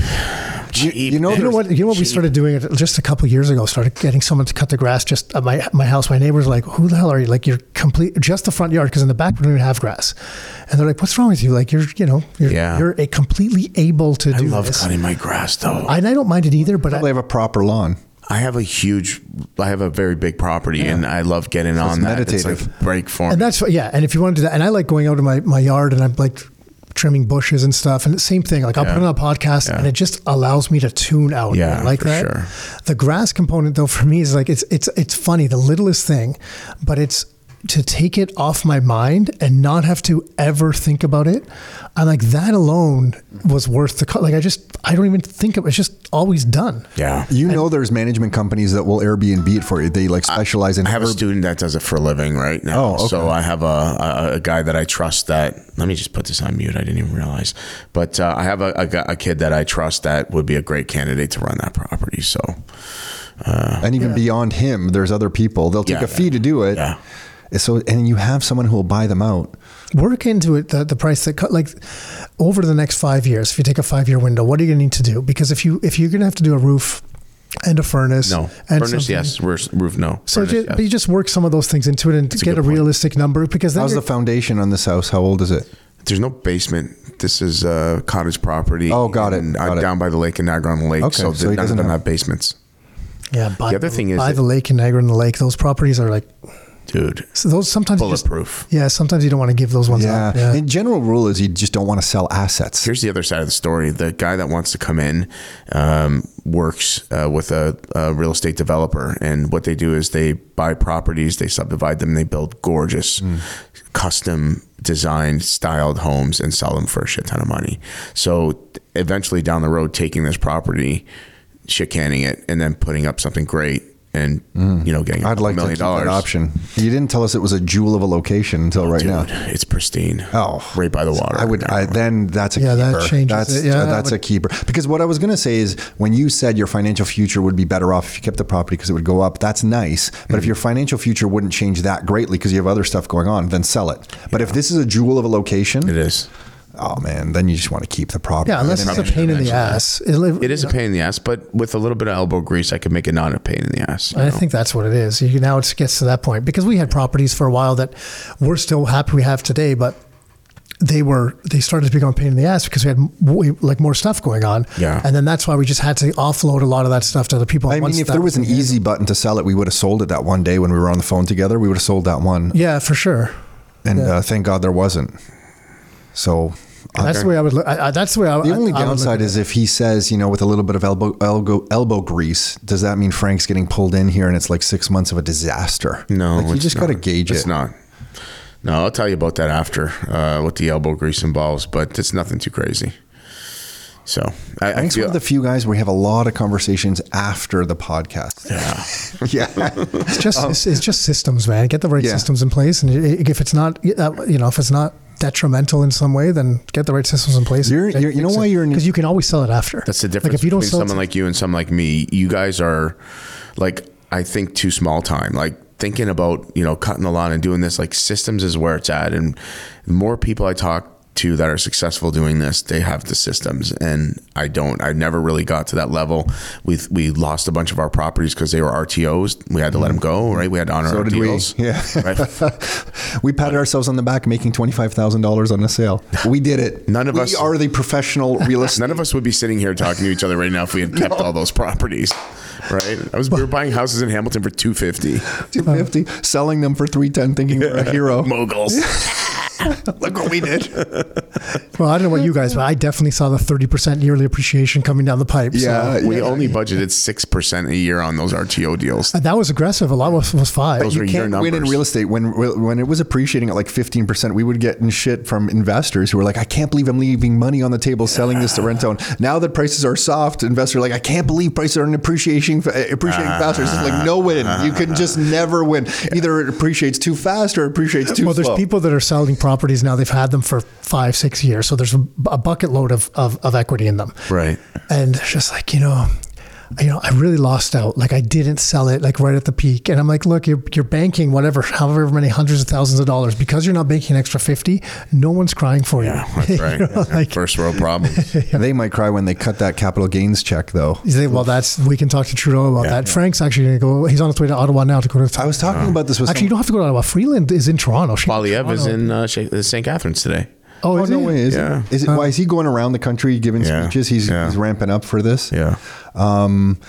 Speaker 4: Cheap.
Speaker 3: you know
Speaker 4: man.
Speaker 5: You know what? You know what? We started doing it just a couple years ago. Started getting someone to cut the grass just at my my house. My neighbors were like, "Who the hell are you?" Like you're complete just the front yard because in the back we don't even have grass. And they're like, "What's wrong with you?" Like you're you know you're
Speaker 4: Yeah.
Speaker 5: you're a completely able to
Speaker 4: I
Speaker 5: do
Speaker 4: love
Speaker 5: this.
Speaker 4: cutting my grass though. I,
Speaker 5: I, and I don't mind it either, but I,
Speaker 3: probably have a proper lawn.
Speaker 4: have a huge, I have a very big property, and I love getting on that. It's
Speaker 3: meditative.
Speaker 4: like break form.
Speaker 5: and that's what- yeah. And if you want to do that, and I like going out in my my yard and I'm like trimming bushes and stuff. And the same thing, like I'll
Speaker 4: Yeah.
Speaker 5: put on a podcast and
Speaker 4: Yeah.
Speaker 5: it just allows me to tune out.
Speaker 4: Yeah,
Speaker 5: I like
Speaker 4: for
Speaker 5: that.
Speaker 4: sure.
Speaker 5: The grass component though for me is like it's it's it's funny, the littlest thing, but it's to take it off my mind and not have to ever think about it. I'm like that alone was worth the co- like I just I don't even think of it's just always done.
Speaker 4: yeah.
Speaker 3: You know, there's management companies that will Airbnb it for you. They like specialize in.
Speaker 4: I have a
Speaker 3: herb-
Speaker 4: student that does it for a living right now.
Speaker 3: Oh, okay.
Speaker 4: So I have a, a, a guy that I trust that, let me just put this on mute. I didn't even realize. But uh, I have a, a, gu- a kid that I trust that would be a great candidate to run that property. So
Speaker 3: and even beyond him, there's other people. They'll take
Speaker 4: Yeah.
Speaker 3: a fee to do it.
Speaker 4: Yeah.
Speaker 3: So and you have someone who will buy them out.
Speaker 5: work into it the, the price that cut like over the next five years if you take a five year window what are you going to need to do because if you if you're going to have to do a roof and a furnace.
Speaker 4: No.
Speaker 5: and
Speaker 4: Furnace,
Speaker 5: something.
Speaker 4: yes. Roof, roof no.
Speaker 5: So
Speaker 4: Furnace,
Speaker 5: ju-
Speaker 4: yes.
Speaker 5: but you just work some of those things into it and
Speaker 4: a
Speaker 5: get a,
Speaker 4: good point.
Speaker 5: realistic number because then
Speaker 3: How's the
Speaker 5: you're-
Speaker 3: foundation on this house? How old is it?
Speaker 4: There's no basement. This is uh, cottage property.
Speaker 3: Oh, got it,
Speaker 4: And, uh,
Speaker 3: got it.
Speaker 4: Down by the lake in Niagara on the Lake.
Speaker 3: Okay, so he
Speaker 4: So, th- none
Speaker 3: doesn't
Speaker 4: of them
Speaker 3: have-
Speaker 4: have basements.
Speaker 5: yeah. By
Speaker 4: The other thing is
Speaker 5: by
Speaker 4: that-
Speaker 5: the lake in Niagara and the lake, those properties are like
Speaker 4: Dude,
Speaker 5: so those sometimes you just,
Speaker 4: bulletproof.
Speaker 5: yeah. Sometimes you don't want to give those ones
Speaker 3: Yeah.
Speaker 5: up. Yeah.
Speaker 3: Uh, In general rule is you just don't want to sell assets.
Speaker 4: Here's the other side of the story. The guy that wants to come in um, works uh, with a, a real estate developer, and what they do is they buy properties, they subdivide them, they build gorgeous,
Speaker 3: Hmm.
Speaker 4: custom designed, styled homes, and sell them for a shit ton of money. So eventually, down the road, taking this property, shit canning it, and then putting up something great, and you know, getting
Speaker 3: Hmm. I'd
Speaker 4: a
Speaker 3: like to
Speaker 4: million
Speaker 3: keep
Speaker 4: dollars
Speaker 3: that
Speaker 4: Oh,
Speaker 3: option. You didn't tell us it was a jewel of a location until right
Speaker 4: Dude,
Speaker 3: now.
Speaker 4: It's pristine.
Speaker 3: Oh.
Speaker 4: right by the water.
Speaker 3: I would. I, then that's a
Speaker 5: Yeah, that
Speaker 3: keeper.
Speaker 5: changes
Speaker 3: that's
Speaker 5: it. Yeah,
Speaker 3: uh,
Speaker 5: I
Speaker 3: that's a
Speaker 5: would-
Speaker 3: keeper. Because what I was going to say is, when you said your financial future would be better off if you kept the property because it would go up, that's nice. But
Speaker 4: Mm-hmm.
Speaker 3: if your financial future wouldn't change that greatly because you have other stuff going on, then sell it. But if this is a jewel of a location,
Speaker 4: it is.
Speaker 3: oh man, then you just want to keep the property.
Speaker 5: Yeah, unless
Speaker 3: And
Speaker 5: it's
Speaker 3: then-
Speaker 5: a pain in the ass. It,
Speaker 4: It is a pain in the ass, but with a little bit of elbow grease, I could make it not a pain in the ass. you
Speaker 5: I
Speaker 4: know?
Speaker 5: think that's what it is. You, now it gets to that point because we had properties for a while that we're still happy we have today, but they were they started to become a pain in the ass because we had m- way, like more stuff going on.
Speaker 4: Yeah.
Speaker 5: and then that's why we just had to offload a lot of that stuff to other people.
Speaker 3: I mean,
Speaker 5: once
Speaker 3: if
Speaker 5: that
Speaker 3: there was an e
Speaker 5: handled.
Speaker 3: easy button to sell it, we would have sold it that one day when we were on the phone together. We would have sold that one,
Speaker 5: yeah, for sure.
Speaker 3: and uh, thank God there wasn't. So uh,
Speaker 5: That's the way I would. Look, I, I, that's the way I.
Speaker 3: The only
Speaker 5: I, I would look
Speaker 3: downside
Speaker 5: at it.
Speaker 3: is if he says, you know, with a little bit of elbow, elbow elbow grease, does that mean Frank's getting pulled in here and it's like six months of a disaster?
Speaker 4: No,
Speaker 3: like you
Speaker 4: it's
Speaker 3: just got to
Speaker 4: not.
Speaker 3: gauge
Speaker 4: it's
Speaker 3: it.
Speaker 4: not. No, I'll tell you about that after uh, what the elbow grease involves, but it's nothing too crazy. So I, I
Speaker 3: Frank's
Speaker 4: feel
Speaker 3: one of the few guys where we have a lot of conversations after the podcast. Yeah, yeah.
Speaker 5: it's just it's, it's just systems, man. Get the right
Speaker 3: Oh. Yeah.
Speaker 5: systems in place, and i- i- if it's not, uh, you know, if it's not detrimental in some way, then get the right systems in place.
Speaker 3: You're- you're- you know why you're an-
Speaker 5: because you can always sell it after.
Speaker 4: that's the difference
Speaker 5: Like if you don't
Speaker 4: between
Speaker 5: sell it
Speaker 4: someone like you and someone like me. You guys are like I think too small time. Like thinking about you know cutting the lawn and doing this. Like systems is where it's at, and the more people I talk to that are successful doing this, they have the systems, and I don't. I never really got to that level. We we lost a bunch of our properties because they were RTOs. We had to let
Speaker 5: Mm-hmm.
Speaker 4: them go, right? We had to honor our
Speaker 3: did we.
Speaker 4: deals.
Speaker 3: Yeah.
Speaker 4: Right?
Speaker 3: we patted ourselves on the back making twenty five thousand dollars on a sale. We did it.
Speaker 4: None of
Speaker 3: we
Speaker 4: us-
Speaker 3: are the professional real estate.
Speaker 4: None of us would be sitting here talking to each other right now if we had kept all those properties, right? I was we were buying houses in Hamilton for two fifty.
Speaker 3: Two fifty, selling them for three ten, thinking we're a hero.
Speaker 4: Moguls. Look what we did.
Speaker 5: Well, I don't know what you guys, but I definitely saw the 30% yearly appreciation coming down the pipe.
Speaker 3: Yeah,
Speaker 5: So.
Speaker 4: We only budgeted six percent a year on those RTO deals.
Speaker 5: That was aggressive. A lot was, was five.
Speaker 4: Those are your
Speaker 3: can't win in
Speaker 4: numbers.
Speaker 3: real estate when when it was appreciating at like 15% we would get in shit from investors who were like i can't believe i'm leaving money on the table selling this to rent own now that prices are soft investors are like i can't believe prices are appreciating appreciating faster it's just like no win you can just never win either it appreciates too fast or it appreciates too
Speaker 5: well, there's
Speaker 3: slow
Speaker 5: people that are selling properties now. They've had them for five, six years. So there's a, a bucket load of, of, of equity in them.
Speaker 4: Right.
Speaker 5: And it's just like, you know, you know, I really lost out. Like I didn't sell it like right at the peak. And I'm like, look, you're, you're banking whatever, however many hundreds of thousands of dollars because you're not banking an extra 50. No one's crying for you.
Speaker 4: That's right.
Speaker 5: You know, like,
Speaker 4: First world problems.
Speaker 3: they might cry when they cut that capital gains check though
Speaker 5: You say, well, that's we can talk to Trudeau about that. Frank's actually going to go. He's on his way to Ottawa now to go to.
Speaker 3: i was
Speaker 4: Oh.
Speaker 3: talking about this with
Speaker 5: actually, you don't have to go to Ottawa. Freeland is in Toronto. She-
Speaker 4: Wally Ev is
Speaker 5: Toronto.
Speaker 4: in uh, Sha- St. Catharines today.
Speaker 5: Oh,
Speaker 3: Oh
Speaker 5: is
Speaker 3: no
Speaker 5: he?
Speaker 3: way! Is,
Speaker 4: Yeah.
Speaker 3: it, is it, why is he going around the country giving
Speaker 4: Yeah.
Speaker 3: speeches? He's,
Speaker 4: Yeah.
Speaker 3: he's ramping up for this.
Speaker 4: Yeah.
Speaker 3: Um,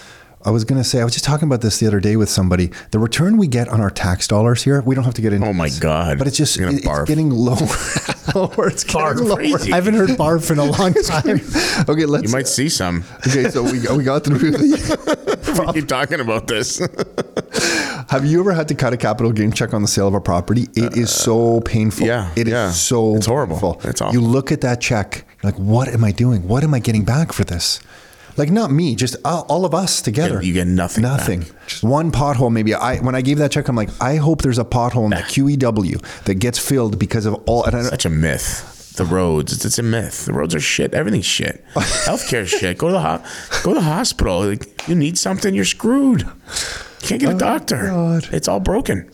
Speaker 3: I was gonna say I was just talking about this the other day with somebody. The return we get on our tax dollars here, we don't have to get into.
Speaker 4: Oh my
Speaker 3: this,
Speaker 4: God.
Speaker 3: But it's just
Speaker 4: You're gonna
Speaker 3: it- it's
Speaker 4: barf.
Speaker 3: getting lower. lower. It's getting lower.
Speaker 4: Crazy.
Speaker 5: I haven't heard barf in a long time.
Speaker 3: Okay, let's.
Speaker 4: You might see some.
Speaker 3: okay, so we, we got through. The,
Speaker 4: We keep talking about this.
Speaker 3: have you ever had to cut a capital gain check on the sale of a property? It is so painful.
Speaker 4: yeah,
Speaker 3: it is
Speaker 4: yeah.
Speaker 3: so.
Speaker 4: It's horrible.
Speaker 3: painful.
Speaker 4: It's awful.
Speaker 3: You look at that check. You're like, what am I doing? What am I getting back for this? Like not me, just all, all of us together.
Speaker 4: You get nothing back.
Speaker 3: Nothing. Just one pothole, maybe. I when I gave that check, I'm like, I hope there's a pothole in the QEW that gets filled because of all. And I, don't-
Speaker 4: Such a myth. The roads, it's, it's a myth. The roads are shit. Everything's shit. Healthcare shit. Go to the ho- go to the hospital. Like, you need something, you're screwed. Can't get a doctor.
Speaker 3: God.
Speaker 4: It's all broken.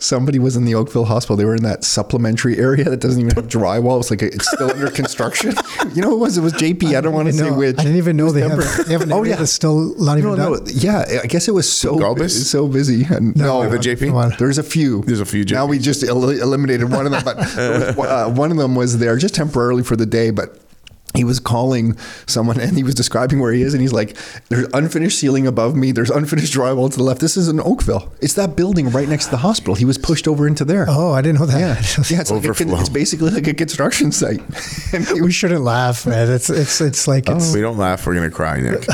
Speaker 3: Somebody was in the Oakville Hospital. They were in that supplementary area that doesn't even have drywall. It's like it's still under construction. you know who it was? It was JP. I, don't want to say
Speaker 5: No,
Speaker 3: which.
Speaker 5: I didn't even know they have,
Speaker 3: September.
Speaker 5: they have an
Speaker 3: Oh,
Speaker 5: area
Speaker 3: yeah.
Speaker 5: that's still not even
Speaker 3: No,
Speaker 5: done.
Speaker 3: no, yeah. I guess it was so
Speaker 4: Galbus?
Speaker 3: so busy. And no,
Speaker 4: The JP?
Speaker 5: Come on.
Speaker 3: There's a few.
Speaker 4: There's a few
Speaker 3: Now
Speaker 4: JPs.
Speaker 3: we just el- eliminated one of them, but there was, uh, one of them was there just temporarily for the day, but. He was calling someone and he was describing where he is. And he's like, There's unfinished ceiling above me. There's unfinished drywall to the left. This is in Oakville. It's that building right next to the hospital. He was pushed over into there.
Speaker 5: Oh, I didn't know that.
Speaker 3: Yeah. yeah it's, like a, con-
Speaker 4: Overflow.
Speaker 3: it's basically like a construction site. and it
Speaker 5: we
Speaker 3: was,
Speaker 5: shouldn't laugh, man. It's it's it's like it's.
Speaker 4: If we don't laugh, we're gonna cry, Nick.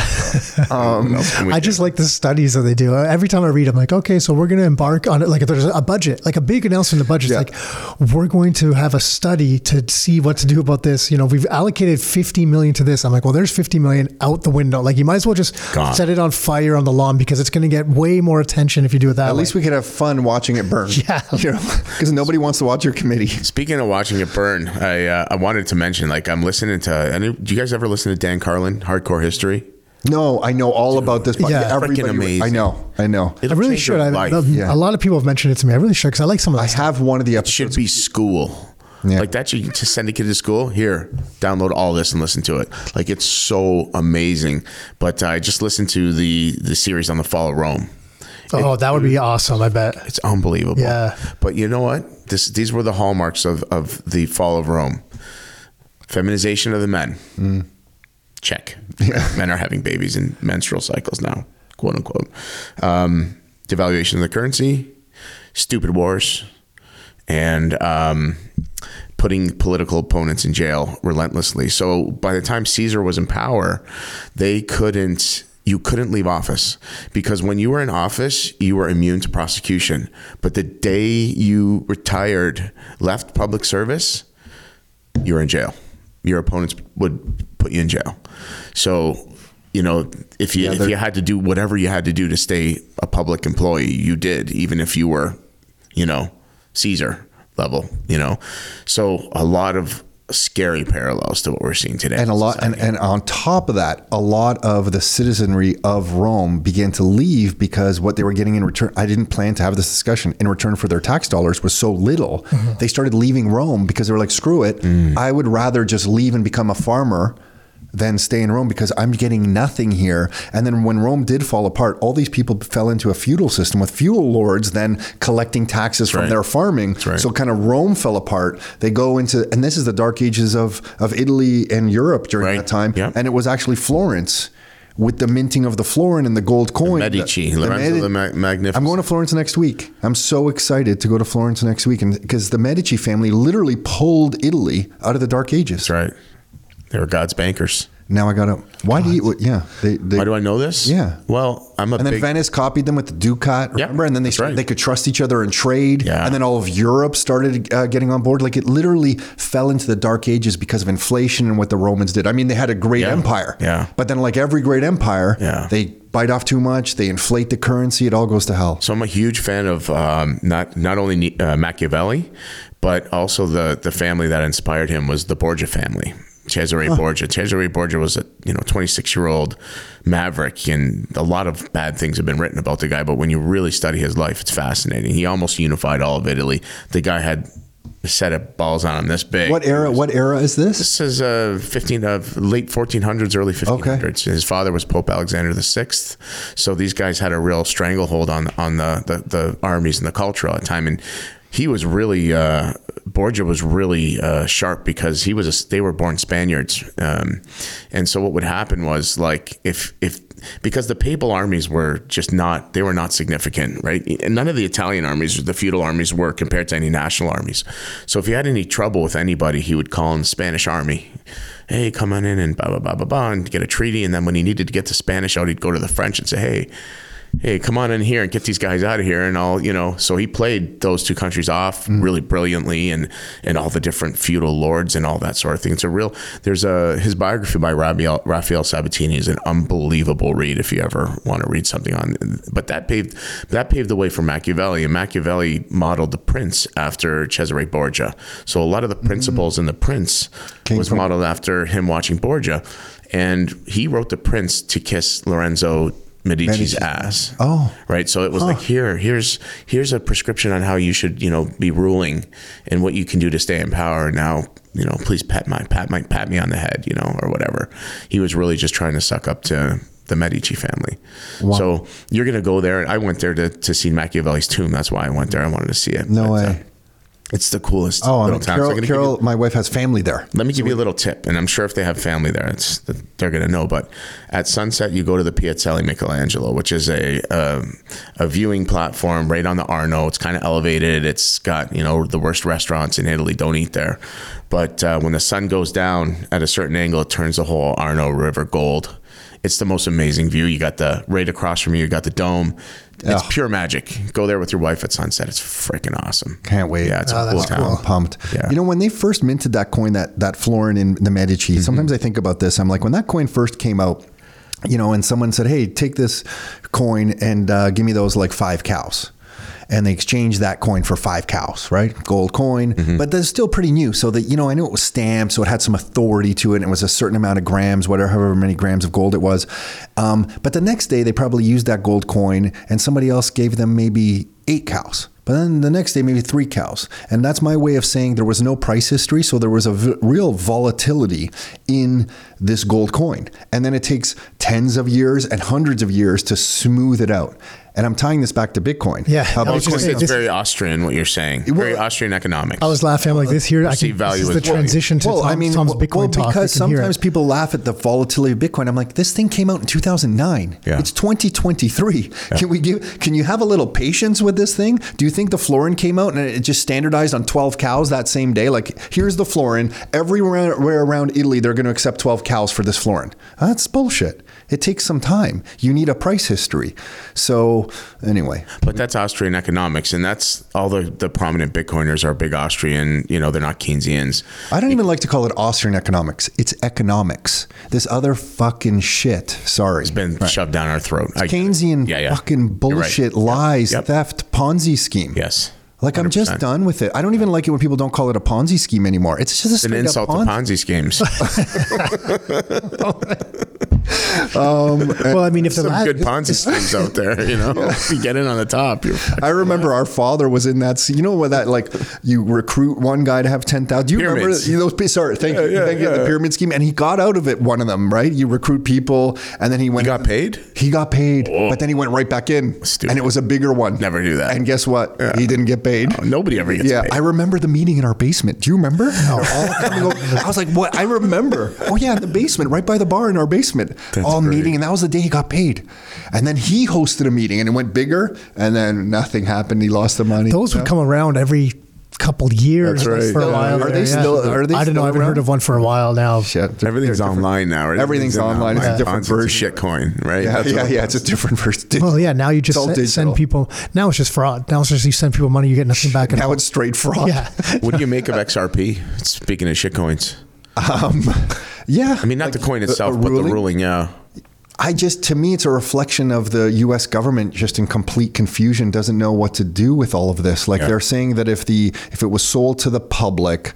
Speaker 3: um,
Speaker 4: What else can we
Speaker 5: I
Speaker 4: do?
Speaker 5: just like the studies that they do. Uh, Every time I read, I'm like, okay, so we're going to embark on it. Like, if there's a budget, like a big announcement in the budget. It's like, we're going to have a study to see what to do about this. You know, we've allocated 50 million to this. I'm like, well, there's 50 million out the window. Like, you might as well just
Speaker 4: Gone.
Speaker 5: set it on fire on the lawn because it's going to get way more attention if you do it that
Speaker 3: at
Speaker 5: way.
Speaker 3: least we could have fun watching it burn.
Speaker 5: Yeah.
Speaker 3: Because nobody wants to watch your committee.
Speaker 4: Speaking of watching it burn, I uh, I wanted to mention like I'm listening to. Any, do you guys ever listen to Dan Carlin, Hardcore History?
Speaker 3: No, I know all about this. But
Speaker 5: Yeah.
Speaker 3: yeah, everybody,
Speaker 4: Freaking amazing.
Speaker 3: I know. I know.
Speaker 5: I
Speaker 4: It'll
Speaker 5: really
Speaker 4: change your
Speaker 5: should. I,
Speaker 4: life.
Speaker 5: a
Speaker 3: Yeah.
Speaker 5: lot of people have mentioned it to me. I really should because I like some of
Speaker 3: I
Speaker 5: that stuff.
Speaker 3: have one of the episodes.
Speaker 4: should be school.
Speaker 3: Yeah.
Speaker 4: Like that, you can just send a kid to school. Here, download all this and listen to it. Like it's so amazing. But I just listened to the the series on the fall of Rome.
Speaker 5: Oh, that would be awesome. I bet.
Speaker 4: It's unbelievable.
Speaker 5: Yeah.
Speaker 4: But you know what? This these were the hallmarks of of the fall of Rome. Feminization of the men. Check. Men are having babies in menstrual cycles now, quote unquote. Um, devaluation of the currency, stupid wars, and um, putting political opponents in jail relentlessly. So by the time Caesar was in power, they couldn't. You couldn't leave office because when you were in office, you were immune to prosecution. But the day you retired, left public service, you're in jail. Your opponents would put you in jail. So, you know, if you if you had to do whatever you had to do to stay a public employee, you did, even if you were, you know, Caesar level, you know. So a lot of scary parallels to what we're seeing today.
Speaker 3: and a lot and, and on top of that a lot of the citizenry of rome began to leave because what they were getting in return i didn't plan to have this discussion in return for their tax dollars was so little they started leaving rome because they were like screw it
Speaker 4: Mm.
Speaker 3: i would rather just leave and become a farmer than stay in Rome because I'm getting nothing here. And then when Rome did fall apart, all these people fell into a feudal system with feudal lords then collecting taxes from
Speaker 4: right.
Speaker 3: their farming.
Speaker 4: right.
Speaker 3: So kind of Rome fell apart. They go into, and this is the dark ages of, of Italy and Europe during
Speaker 4: Right.
Speaker 3: that time.
Speaker 4: Yeah.
Speaker 3: And it was actually Florence with the minting of the florin and the gold coin.
Speaker 4: Medici, Lorenzo the Ma- Magnificent.
Speaker 3: I'm going to Florence next week. I'm so excited to go to Florence next week. And because the Medici family literally pulled Italy out of the dark ages.
Speaker 4: That's right. They were God's bankers.
Speaker 3: Now I got to, why do you, yeah. They, they,
Speaker 4: Why do I know this?
Speaker 3: Yeah.
Speaker 4: Well, I'm a
Speaker 3: and then
Speaker 4: big
Speaker 3: Venice copied them with the ducat,
Speaker 4: Yeah,
Speaker 3: remember? and then they
Speaker 4: that's
Speaker 3: started,
Speaker 4: right.
Speaker 3: they could trust each other and trade.
Speaker 4: Yeah.
Speaker 3: And then all of Europe started uh, getting on board. Like it literally fell into the dark ages because of inflation and what the Romans did. I mean, they had a great
Speaker 4: Yeah,
Speaker 3: empire.
Speaker 4: yeah.
Speaker 3: But then, like every great empire,
Speaker 4: Yeah.
Speaker 3: they bite off too much. They inflate the currency. It all goes to hell.
Speaker 4: So I'm a huge fan of um, not not only uh, Machiavelli, but also the the family that inspired him was the Borgia family. Cesare Borgia. Cesare Borgia was a you know 26 year old maverick, and a lot of bad things have been written about the guy. But when you really study his life, it's fascinating. He almost unified all of Italy. The guy had a set of balls on him this big.
Speaker 3: What era? What era is this?
Speaker 4: This is uh, 15 of late 1400s, early 1500s. His father was Pope Alexander the Sixth, so these guys had a real stranglehold on on the the, the armies and the culture at the time. And he was really uh, Borgia was really uh, sharp because he was a, they were born Spaniards, um, and so what would happen was like if if because the papal armies were just not they were not significant right and none of the italian armies or the feudal armies were compared to any national armies so if he had any trouble with anybody he would call in the spanish army hey come on in and blah blah blah blah blah and get a treaty and then when he needed to get the spanish out he'd go to the french and say hey hey come on in here and get these guys out of here and all you know so he played those two countries off really brilliantly and and all the different feudal lords and all that sort of thing it's a real there's a his biography by Raphael, Raphael Sabatini is an unbelievable read if you ever want to read something on but that paved that paved the way for Machiavelli and Machiavelli modeled the prince after Cesare Borgia so a lot of the principles in the prince was modeled after him watching Borgia and he wrote the prince to kiss Lorenzo Medici's
Speaker 3: Medici.
Speaker 4: ass.
Speaker 3: Oh.
Speaker 4: right. So it was like here, here's here's a prescription on how you should you know be ruling and what you can do to stay in power. Now you know, please pat my pat my pat me on the head, you know, or whatever. He was really just trying to suck up to the Medici family. So you're gonna go there, and I went there to to see Machiavelli's tomb. That's why I went there. I wanted to see it.
Speaker 3: No
Speaker 4: But, uh,
Speaker 3: way.
Speaker 4: it's the coolest
Speaker 3: Oh,
Speaker 4: little
Speaker 3: and
Speaker 4: town. So I'm
Speaker 3: Carol,
Speaker 4: gonna give you-
Speaker 3: Carol my wife has family there.
Speaker 4: let me give you a little tip, and I'm sure if they have family there, it's they're going to know. But at sunset, you go to the Piazzale Michelangelo, which is a um, a viewing platform right on the Arno. It's kind of elevated. It's got you know the worst restaurants in Italy. Don't eat there. But uh, when the sun goes down at a certain angle, it turns the whole Arno River gold. It's the most amazing view. You got the right across from you. You got the dome. It's
Speaker 3: Ugh.
Speaker 4: pure magic. Go there with your wife at sunset. It's freaking awesome.
Speaker 3: Can't wait.
Speaker 4: Yeah, it's
Speaker 5: Oh,
Speaker 4: a cool
Speaker 5: that's
Speaker 4: town.
Speaker 3: I'm pumped.
Speaker 4: Yeah.
Speaker 3: You know, when they first minted that coin, that that florin in the Medici,
Speaker 4: Mm-hmm.
Speaker 3: sometimes I think about this. I'm like, when that coin first came out, you know, and someone said, "Hey, take this coin and uh, give me those like five cows." And they exchanged that coin for five cows, right? Gold coin,
Speaker 4: Mm-hmm.
Speaker 3: but that's still pretty new. So that you know, I knew it was stamped, so it had some authority to it. And it was a certain amount of grams, whatever, however many grams of gold it was. Um, but the next day, they probably used that gold coin, and somebody else gave them maybe eight cows. But then the next day, maybe three cows. And that's my way of saying there was no price history. So there was a v- real volatility in this gold coin. And then it takes tens of years and hundreds of years to smooth it out. And I'm tying this back to Bitcoin.
Speaker 5: Yeah.
Speaker 3: How
Speaker 5: I
Speaker 4: I
Speaker 5: was
Speaker 4: was
Speaker 3: Bitcoin
Speaker 4: going to
Speaker 5: gonna
Speaker 4: say it's
Speaker 5: this-
Speaker 4: very Austrian what you're saying. Very
Speaker 3: Well,
Speaker 4: Austrian economics.
Speaker 5: I was laughing. I'm like, this here, I can,
Speaker 4: Perceived value
Speaker 5: this is the
Speaker 4: is value.
Speaker 5: transition to
Speaker 3: well,
Speaker 5: Tom,
Speaker 3: I mean,
Speaker 5: Tom's
Speaker 3: well,
Speaker 5: Bitcoin
Speaker 3: well,
Speaker 5: talk.
Speaker 3: because
Speaker 5: You can hear
Speaker 3: sometimes
Speaker 5: it.
Speaker 3: people laugh at the volatility of Bitcoin. I'm like, this thing came out in 2009.
Speaker 4: Yeah.
Speaker 3: It's 2023. Can we give? Can you have a little patience with this thing? Do you think the florin came out and it just standardized on 12 cows that same day? Like, here's the florin. Everywhere around Italy, they're going to accept 12 cows for this florin. That's bullshit. It takes some time. You need a price history. So anyway,
Speaker 4: but that's Austrian economics, and that's all the, the prominent Bitcoiners are big Austrian. You know, they're not Keynesians.
Speaker 3: I don't even like to call it Austrian economics. It's economics. This other fucking shit. Sorry. It's
Speaker 4: Been shoved down our throat. I-
Speaker 3: Keynesian
Speaker 4: Yeah, yeah.
Speaker 3: fucking
Speaker 4: You're right.
Speaker 3: bullshit lies,
Speaker 4: Yep.
Speaker 3: theft, Ponzi scheme.
Speaker 4: Yes.
Speaker 3: Like I'm just
Speaker 4: 100%.
Speaker 3: done with it. I don't even like it when people don't call it a Ponzi scheme anymore. It's just a
Speaker 4: It's an
Speaker 3: straight
Speaker 4: insult
Speaker 3: up
Speaker 4: to
Speaker 3: Ponzi.
Speaker 4: Ponzi schemes.
Speaker 5: Well, I mean, if the
Speaker 4: Some
Speaker 5: last,
Speaker 4: good Ponzi schemes out there, you know. You get in on the top. You're,
Speaker 3: I remember our father was in that. You know where that like you recruit one guy to have ten thousand. Do you
Speaker 4: Pyramids.
Speaker 3: remember those? Sorry, thank you, thank you. The pyramid scheme, and he got out of it. One of them, right? You recruit people, and then he went.
Speaker 4: got paid? Oh.
Speaker 3: He got paid, but then he went right back in,
Speaker 4: Stupid.
Speaker 3: and it was a bigger one.
Speaker 4: Never do that.
Speaker 3: And guess what? He didn't get paid.
Speaker 4: nobody ever gets
Speaker 3: yeah,
Speaker 4: paid.
Speaker 3: I remember the meeting in our basement. Do you remember? No. I was like, what? I remember. Oh, yeah, in the basement, right by the bar in our basement. all
Speaker 4: great.
Speaker 3: meeting. And that was the day he got paid. And then he hosted a meeting and it went bigger. And then nothing happened. He lost the money.
Speaker 5: those would come around every couple years
Speaker 3: That's right.
Speaker 5: for a
Speaker 3: Yeah.
Speaker 5: while.
Speaker 3: Are
Speaker 5: there,
Speaker 3: they
Speaker 5: yeah.
Speaker 3: still- are they
Speaker 5: I don't
Speaker 3: still
Speaker 5: know. I haven't
Speaker 3: around?
Speaker 5: heard of one for a while now.
Speaker 3: Shit.
Speaker 4: Everything's online now, right?
Speaker 3: Everything's online. It's a different
Speaker 4: Ponzi,
Speaker 3: version.
Speaker 4: It's a shitcoin, right?
Speaker 3: Yeah,
Speaker 4: That's
Speaker 3: yeah,
Speaker 4: what-
Speaker 3: yeah. It's a different first.
Speaker 5: Well, yeah. Now you just
Speaker 3: It's all
Speaker 5: send,
Speaker 3: digital.
Speaker 5: send people. Now it's just fraud. Now it's just you send people money, you get nothing back. And
Speaker 3: Now it's straight fraud.
Speaker 5: yeah.
Speaker 4: What do you make of XRP? Speaking of shitcoins.
Speaker 3: Um, yeah.
Speaker 4: I mean, not the coin itself, but the ruling, yeah.
Speaker 3: I just, to me, it's a reflection of the U.S. government just in complete confusion, doesn't know what to do with all of this. Like
Speaker 4: Yeah.
Speaker 3: they're saying that if the if it was sold to the public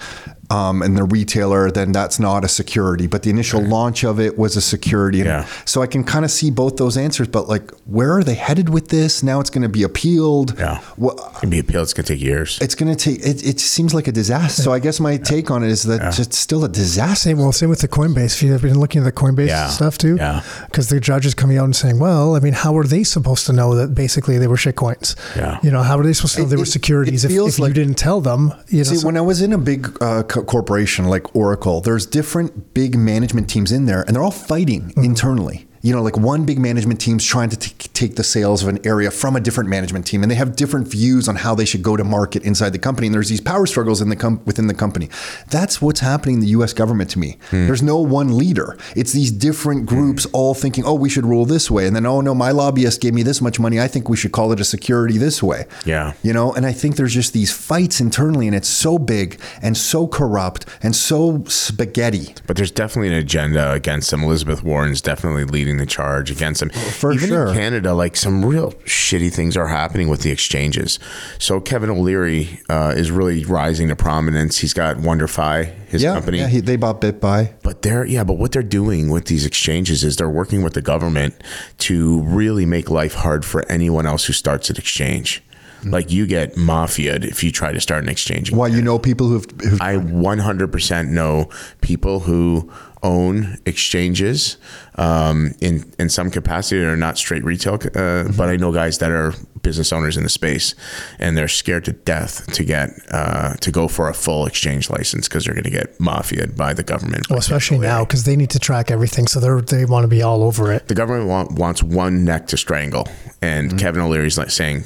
Speaker 3: um, and the retailer, then that's not a security. But the initial launch of it was a security. And
Speaker 4: Yeah.
Speaker 3: So I can kind of see both those answers, but like, where are they headed with this? Now it's going to be appealed.
Speaker 4: Yeah.
Speaker 3: What,
Speaker 4: It can be appealed. It's going to take years.
Speaker 3: it's going to take. It, it seems like a disaster. So I guess my take on it is that it's still a disaster.
Speaker 5: Same. Well, same with the Coinbase. If you've been looking at the Coinbase
Speaker 4: Yeah.
Speaker 5: stuff too,
Speaker 4: Yeah.
Speaker 5: because the judge is coming out and saying, "Well, I mean, how are they supposed to know that basically they were shit coins?
Speaker 4: Yeah.
Speaker 5: You know, how are they supposed to know
Speaker 3: It-
Speaker 5: they
Speaker 3: it-
Speaker 5: were securities
Speaker 3: it
Speaker 5: if,
Speaker 3: feels
Speaker 5: if
Speaker 3: like-
Speaker 5: you didn't tell them? You know,
Speaker 3: See,
Speaker 5: so-
Speaker 3: when I was in a big uh, co- corporation like Oracle, there's different big management teams in there, and they're all fighting internally. You know, like one big management team's trying to t- take the sales of an area from a different management team, and they have different views on how they should go to market inside the company. And there's these power struggles in the com- within the company. That's what's happening in the U.S. government to me. There's no one leader. It's these different groups all thinking, "Oh, we should rule this way," and then, "Oh no, my lobbyist gave me this much money. I think we should call it a security this way."
Speaker 4: Yeah.
Speaker 3: You know, and I think there's just these fights internally, and it's so big and so corrupt and so spaghetti.
Speaker 4: But there's definitely an agenda against them. Elizabeth Warren's definitely leading leading the charge against them.
Speaker 3: for
Speaker 4: Even
Speaker 3: sure.
Speaker 4: in Canada, like some real shitty things are happening with the exchanges. So Kevin O'Leary uh, is really rising to prominence. He's got WonderFi, his
Speaker 3: yeah,
Speaker 4: company.
Speaker 3: yeah he, they bought BitBuy.
Speaker 4: But they're yeah, but what they're doing with these exchanges is they're working with the government to really make life hard for anyone else who starts an exchange.
Speaker 3: Mm.
Speaker 4: Like you get mafiaed if you try to start an exchange.
Speaker 3: Why you know people who've, who've
Speaker 4: I 100% know people who own exchanges um, in in some capacity or not straight retail, uh,
Speaker 5: Mm-hmm.
Speaker 4: but I know guys that are business owners in the space, and they're scared to death to get uh, to go for a full exchange license because they're going to get mafiaed by the government.
Speaker 5: Well, especially now because they need to track everything, so they they want to be all over it.
Speaker 4: the government want, wants one neck to strangle, and
Speaker 5: Mm-hmm.
Speaker 4: Kevin O'Leary's like saying,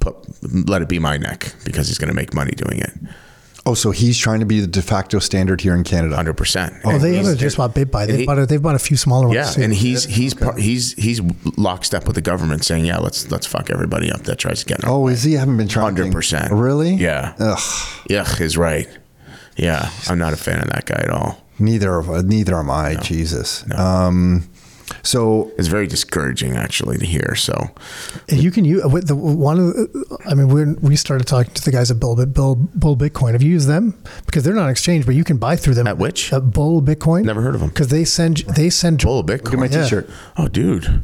Speaker 4: Put, "Let it be my neck," because he's going to make money doing it,
Speaker 3: oh so he's trying to be the de facto standard here in Canada.
Speaker 4: hundred percent.
Speaker 5: Oh, they haven't just bought BitBuy. They've
Speaker 4: he-
Speaker 5: bought a, they've bought a few smaller ones.
Speaker 4: Yeah,
Speaker 5: too.
Speaker 4: and he's he's par he's he's lockstep with the government, saying, "Yeah, let's let's fuck everybody up that tries to get." in our
Speaker 3: Oh, is he? I haven't been trying.
Speaker 4: Hundred percent.
Speaker 3: Really? Uh,
Speaker 4: Yeah.
Speaker 3: Ugh.
Speaker 4: Yuck is right. Yeah, I'm not a fan of that guy at all.
Speaker 3: Neither of neither am I. Jesus. Um, so
Speaker 4: It's very discouraging, actually, to hear. So
Speaker 5: And you can use with the one. of the- I mean, when we started talking to the guys at Bull, Bit- Bull, Bull Bitcoin, have you used them? Because they're not an exchange, but you can buy through them.
Speaker 4: At which?
Speaker 5: At Bull Bitcoin.
Speaker 4: Never heard of 'em.
Speaker 5: Because they send they send
Speaker 4: bull Bitcoin.
Speaker 3: look at my T-shirt.
Speaker 4: Oh, dude,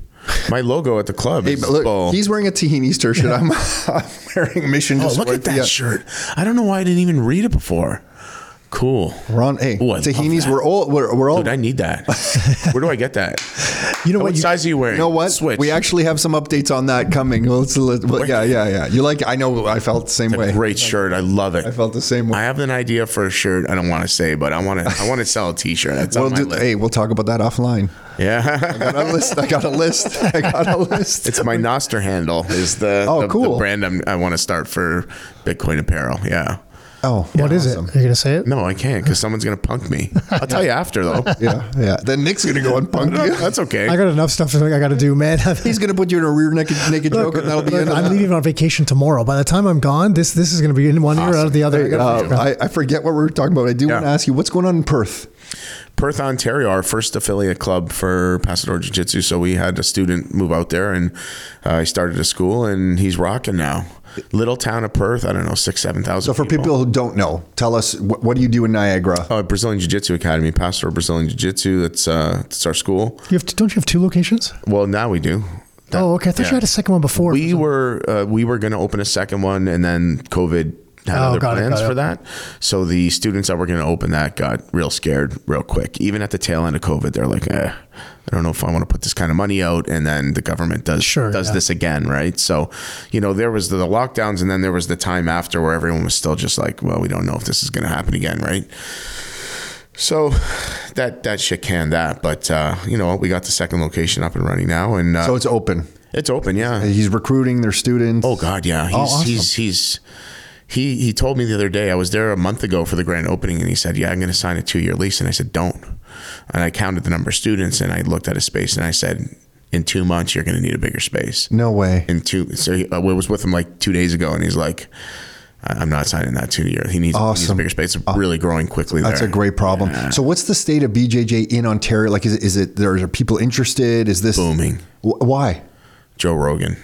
Speaker 4: my logo at the club.
Speaker 3: Hey,
Speaker 4: is
Speaker 3: but look,
Speaker 4: bull.
Speaker 3: he's wearing a Tahini shirt. I'm, I'm wearing Mission.
Speaker 4: Oh, look at that
Speaker 3: Dystopia.
Speaker 4: shirt. I don't know why I didn't even read it before. Cool.
Speaker 3: Ron, hey,
Speaker 4: Ooh, I love
Speaker 3: Tahini's.
Speaker 4: that.
Speaker 3: We're all we're, we're all.
Speaker 4: Dude, I need that. Where do I get that?
Speaker 5: You know
Speaker 4: What
Speaker 5: what? You,
Speaker 4: size are you wearing?
Speaker 3: you know what?
Speaker 4: Switch.
Speaker 3: We actually have some updates on that coming. Well, it's a li- well, yeah, yeah, yeah. You like? I know. I felt the same way.
Speaker 4: Great shirt. I love it.
Speaker 3: I felt the same
Speaker 4: I
Speaker 3: way.
Speaker 4: have an idea for a shirt. I don't want to say, but I want to. I want to sell a T-shirt. That's
Speaker 3: We'll
Speaker 4: on my
Speaker 3: do,
Speaker 4: list.
Speaker 3: hey, we'll talk about that offline.
Speaker 4: Yeah,
Speaker 3: I got a list. I got a list. I got a list.
Speaker 4: it's my Noster handle. Is the
Speaker 3: Oh,
Speaker 4: the- the
Speaker 3: cool.
Speaker 4: brand I'm, I want to start for Bitcoin apparel. Yeah.
Speaker 3: oh,
Speaker 5: what is it? Are you gonna say it?
Speaker 4: No, I can't because someone's gonna punk me. I'll tell you after though.
Speaker 3: Yeah, yeah. Then Nick's gonna go and punk you.
Speaker 4: That's okay.
Speaker 5: I got enough stuff to, I got to do, man.
Speaker 3: He's gonna put you in a rear naked naked joke, and that'll be it.
Speaker 5: I'm leaving on vacation tomorrow. By the time I'm gone, this this is gonna be in one ear out of the other. I gotta figure
Speaker 3: Uh,
Speaker 5: out-
Speaker 3: I, I forget what we were talking about. I do
Speaker 4: Yeah.
Speaker 3: want to ask you what's going on in Perth.
Speaker 4: Perth, Ontario, our first affiliate club for Pasador Jiu Jitsu. So we had a student move out there and uh, he started a school and he's rocking now. Little town of Perth, I don't know, six, 7,000
Speaker 3: So for people who don't know, tell us what, what do you do in Niagara?
Speaker 4: Oh, Brazilian Jiu Jitsu Academy, Pastor Brazilian Jiu Jitsu. That's uh, that's our school.
Speaker 5: you have to, don't you have two locations?
Speaker 4: Well, now we do.
Speaker 5: oh, okay. I thought
Speaker 4: yeah.
Speaker 5: you had a second one before.
Speaker 4: We were uh, we were going to open a second one, and then COVID had
Speaker 5: Oh,
Speaker 4: other
Speaker 5: got it,
Speaker 4: plans
Speaker 5: got it.
Speaker 4: for that. So the students that were going to open that got real scared real quick. Even at the tail end of COVID, they're like, eh, I don't know if I want to put this kind of money out. And then the government does
Speaker 5: Sure,
Speaker 4: does
Speaker 5: yeah.
Speaker 4: this again, right? So you know there was the, the lockdowns, and then there was the time after where everyone was still just like, well, we don't know if this is going to happen again, right? So that that shit can that, but uh, you know we got the second location up and running now, and uh,
Speaker 3: So it's open.
Speaker 4: it's open, yeah.
Speaker 3: He's recruiting their students.
Speaker 4: Oh God, yeah. He's
Speaker 3: awesome.
Speaker 4: he's he's he he told me the other day I was there a month ago for the grand opening, and he said, "Yeah, I'm going to sign a two year lease." And I said, "Don't." And I counted the number of students, and I looked at his space, and I said, "In two months, you're going to need a bigger space."
Speaker 3: no way.
Speaker 4: In two, so he, I was with him like two days ago, and he's like. "I- I'm not signing that two year. He needs, he needs a
Speaker 3: Awesome.
Speaker 4: bigger space. It's really growing quickly.
Speaker 3: That's
Speaker 4: there.
Speaker 3: a great problem. So what's the state of BJJ in Ontario? Like, is it, is it there are people interested? Is this
Speaker 4: booming.
Speaker 3: Wh- why?
Speaker 4: Joe Rogan.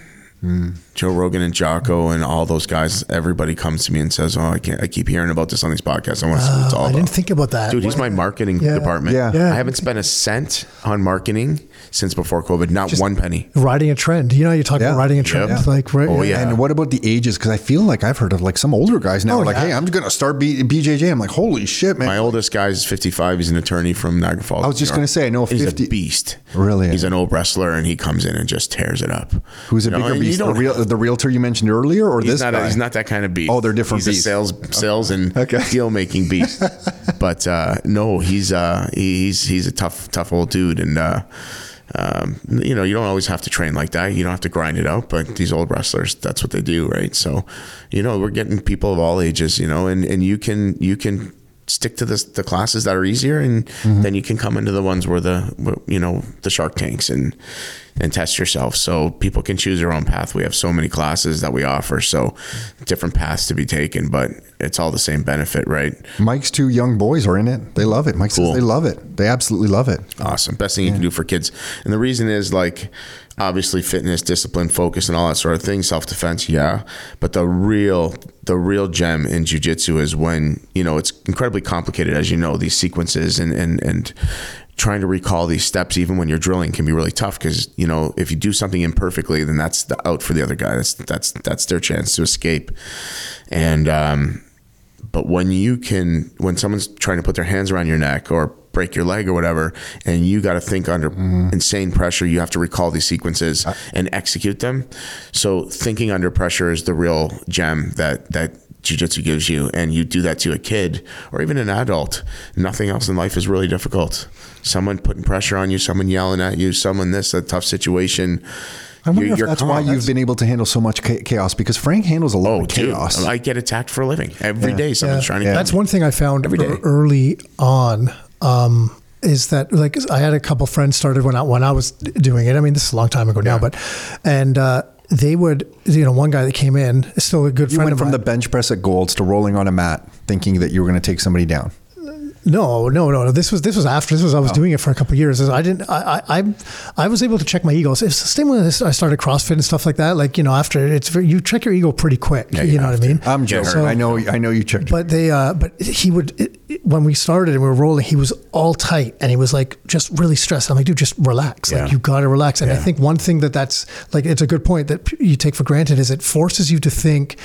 Speaker 3: Mm.
Speaker 4: Joe Rogan and Jocko and all those guys. Everybody comes to me and says, "Oh, I can't. I keep hearing about this on these podcasts. I want to see what
Speaker 3: Uh,
Speaker 4: it's all
Speaker 5: I
Speaker 4: about."
Speaker 5: didn't think about that.
Speaker 4: Dude, he's my marketing
Speaker 5: Yeah.
Speaker 4: department.
Speaker 3: Yeah.
Speaker 5: Yeah.
Speaker 4: I haven't spent a cent on marketing since before COVID. Not one penny.
Speaker 5: riding a trend. You know, you talk
Speaker 3: Yeah.
Speaker 5: about riding a trend,
Speaker 4: Yeah.
Speaker 5: like right.
Speaker 4: Oh, yeah.
Speaker 3: And what about the ages? Because I feel like I've heard of like some older guys now. are like,
Speaker 5: yeah.
Speaker 3: hey, I'm gonna start B- BJJ. I'm like, holy shit, man.
Speaker 4: Oh, My oldest guy is 55. He's an attorney from Niagara Falls.
Speaker 3: I was just
Speaker 4: New York.
Speaker 3: gonna say, I know a
Speaker 4: He's
Speaker 3: 50
Speaker 4: a beast.
Speaker 3: Really?
Speaker 4: He's an old wrestler, and he comes in and just tears it up.
Speaker 3: Who's a
Speaker 4: You know,
Speaker 3: bigger
Speaker 4: and you
Speaker 3: beast? The,
Speaker 4: don't-
Speaker 3: real, the realtor you mentioned earlier, or
Speaker 4: He's
Speaker 3: this
Speaker 4: not.
Speaker 3: guy?
Speaker 4: A, he's not that kind of beast.
Speaker 3: Oh, they're different
Speaker 4: He's
Speaker 3: beasts.
Speaker 4: a sales, sales, and
Speaker 3: Okay.
Speaker 4: deal making beast. but uh, no, he's uh, he's he's a tough, tough old dude, and uh, um, you know you don't always have to train like that. You don't have to grind it out. But these old wrestlers, that's what they do, right? So, you know, we're getting people of all ages, you know, and and you can you can stick to the, the classes that are easier and then you can come into the ones where the where, you know the shark tanks and and test yourself. So people can choose their own path. We have so many classes that we offer, so different paths to be taken, but it's all the same benefit, right?
Speaker 3: Mike's two young boys are in it. They love it. Mike
Speaker 4: Cool.
Speaker 3: says they love it. They absolutely love it.
Speaker 4: Awesome. Best thing you can do for kids. And the reason is like obviously fitness, discipline, focus and all that sort of thing, self-defense, yeah. But the real the real gem in jujitsu is when, you know, it's incredibly complicated as you know, these sequences and and and trying to recall these steps even when you're drilling can be really tough cuz you know, if you do something imperfectly, then that's the out for the other guy. That's that's that's their chance to escape. And um but when you can, when someone's trying to put their hands around your neck or break your leg or whatever, and you got to think under
Speaker 3: Mm-hmm.
Speaker 4: insane pressure, you have to recall these sequences and execute them. So thinking under pressure is the real gem that that jujitsu gives you, and you do that to a kid or even an adult. Nothing else in life is really difficult. Someone putting pressure on you, someone yelling at you, someone this a tough situation.
Speaker 3: I wonder
Speaker 4: You-
Speaker 3: if
Speaker 4: you're
Speaker 3: that's
Speaker 4: calm.
Speaker 3: why you've been able to handle so much cha- chaos because Frank handles a lot
Speaker 4: Oh,
Speaker 3: of
Speaker 4: dude,
Speaker 3: chaos.
Speaker 4: I get attacked for a living every day. Someone's trying to. kill
Speaker 5: That's
Speaker 4: me.
Speaker 5: one thing I found
Speaker 4: Every day.
Speaker 5: ear- early on. Um, is that like I had a couple friends started when I when I was doing it. I mean, this is a long time ago now, but and uh, they would you know one guy that came in still a good
Speaker 3: you
Speaker 5: friend
Speaker 3: went
Speaker 5: of
Speaker 3: from
Speaker 5: mine.
Speaker 3: the bench press at Golds to rolling on a mat, thinking that you were going to take somebody down.
Speaker 5: No, no, no, no. This was this was after this was I was doing it for a couple of years. I didn't. I, I I- I was able to check my ego. It's the same when I started CrossFit and stuff like that. Like you know, after it's very- you check your ego pretty quick.
Speaker 4: Yeah,
Speaker 5: you,
Speaker 4: you
Speaker 5: know what
Speaker 4: have
Speaker 5: I
Speaker 4: to.
Speaker 5: mean?
Speaker 3: I'm
Speaker 4: Get
Speaker 3: joking.
Speaker 5: hurt.
Speaker 3: I know. I know you checked.
Speaker 5: But they, uh, but he would it, it- when we started and we were rolling, he was all tight and he was like just really stressed. I'm like, dude, just relax. Like
Speaker 4: Yeah.
Speaker 5: you got to relax. And I
Speaker 4: Yeah.
Speaker 5: think one thing that that's like it's a good point that p- you take for granted is it forces you to think,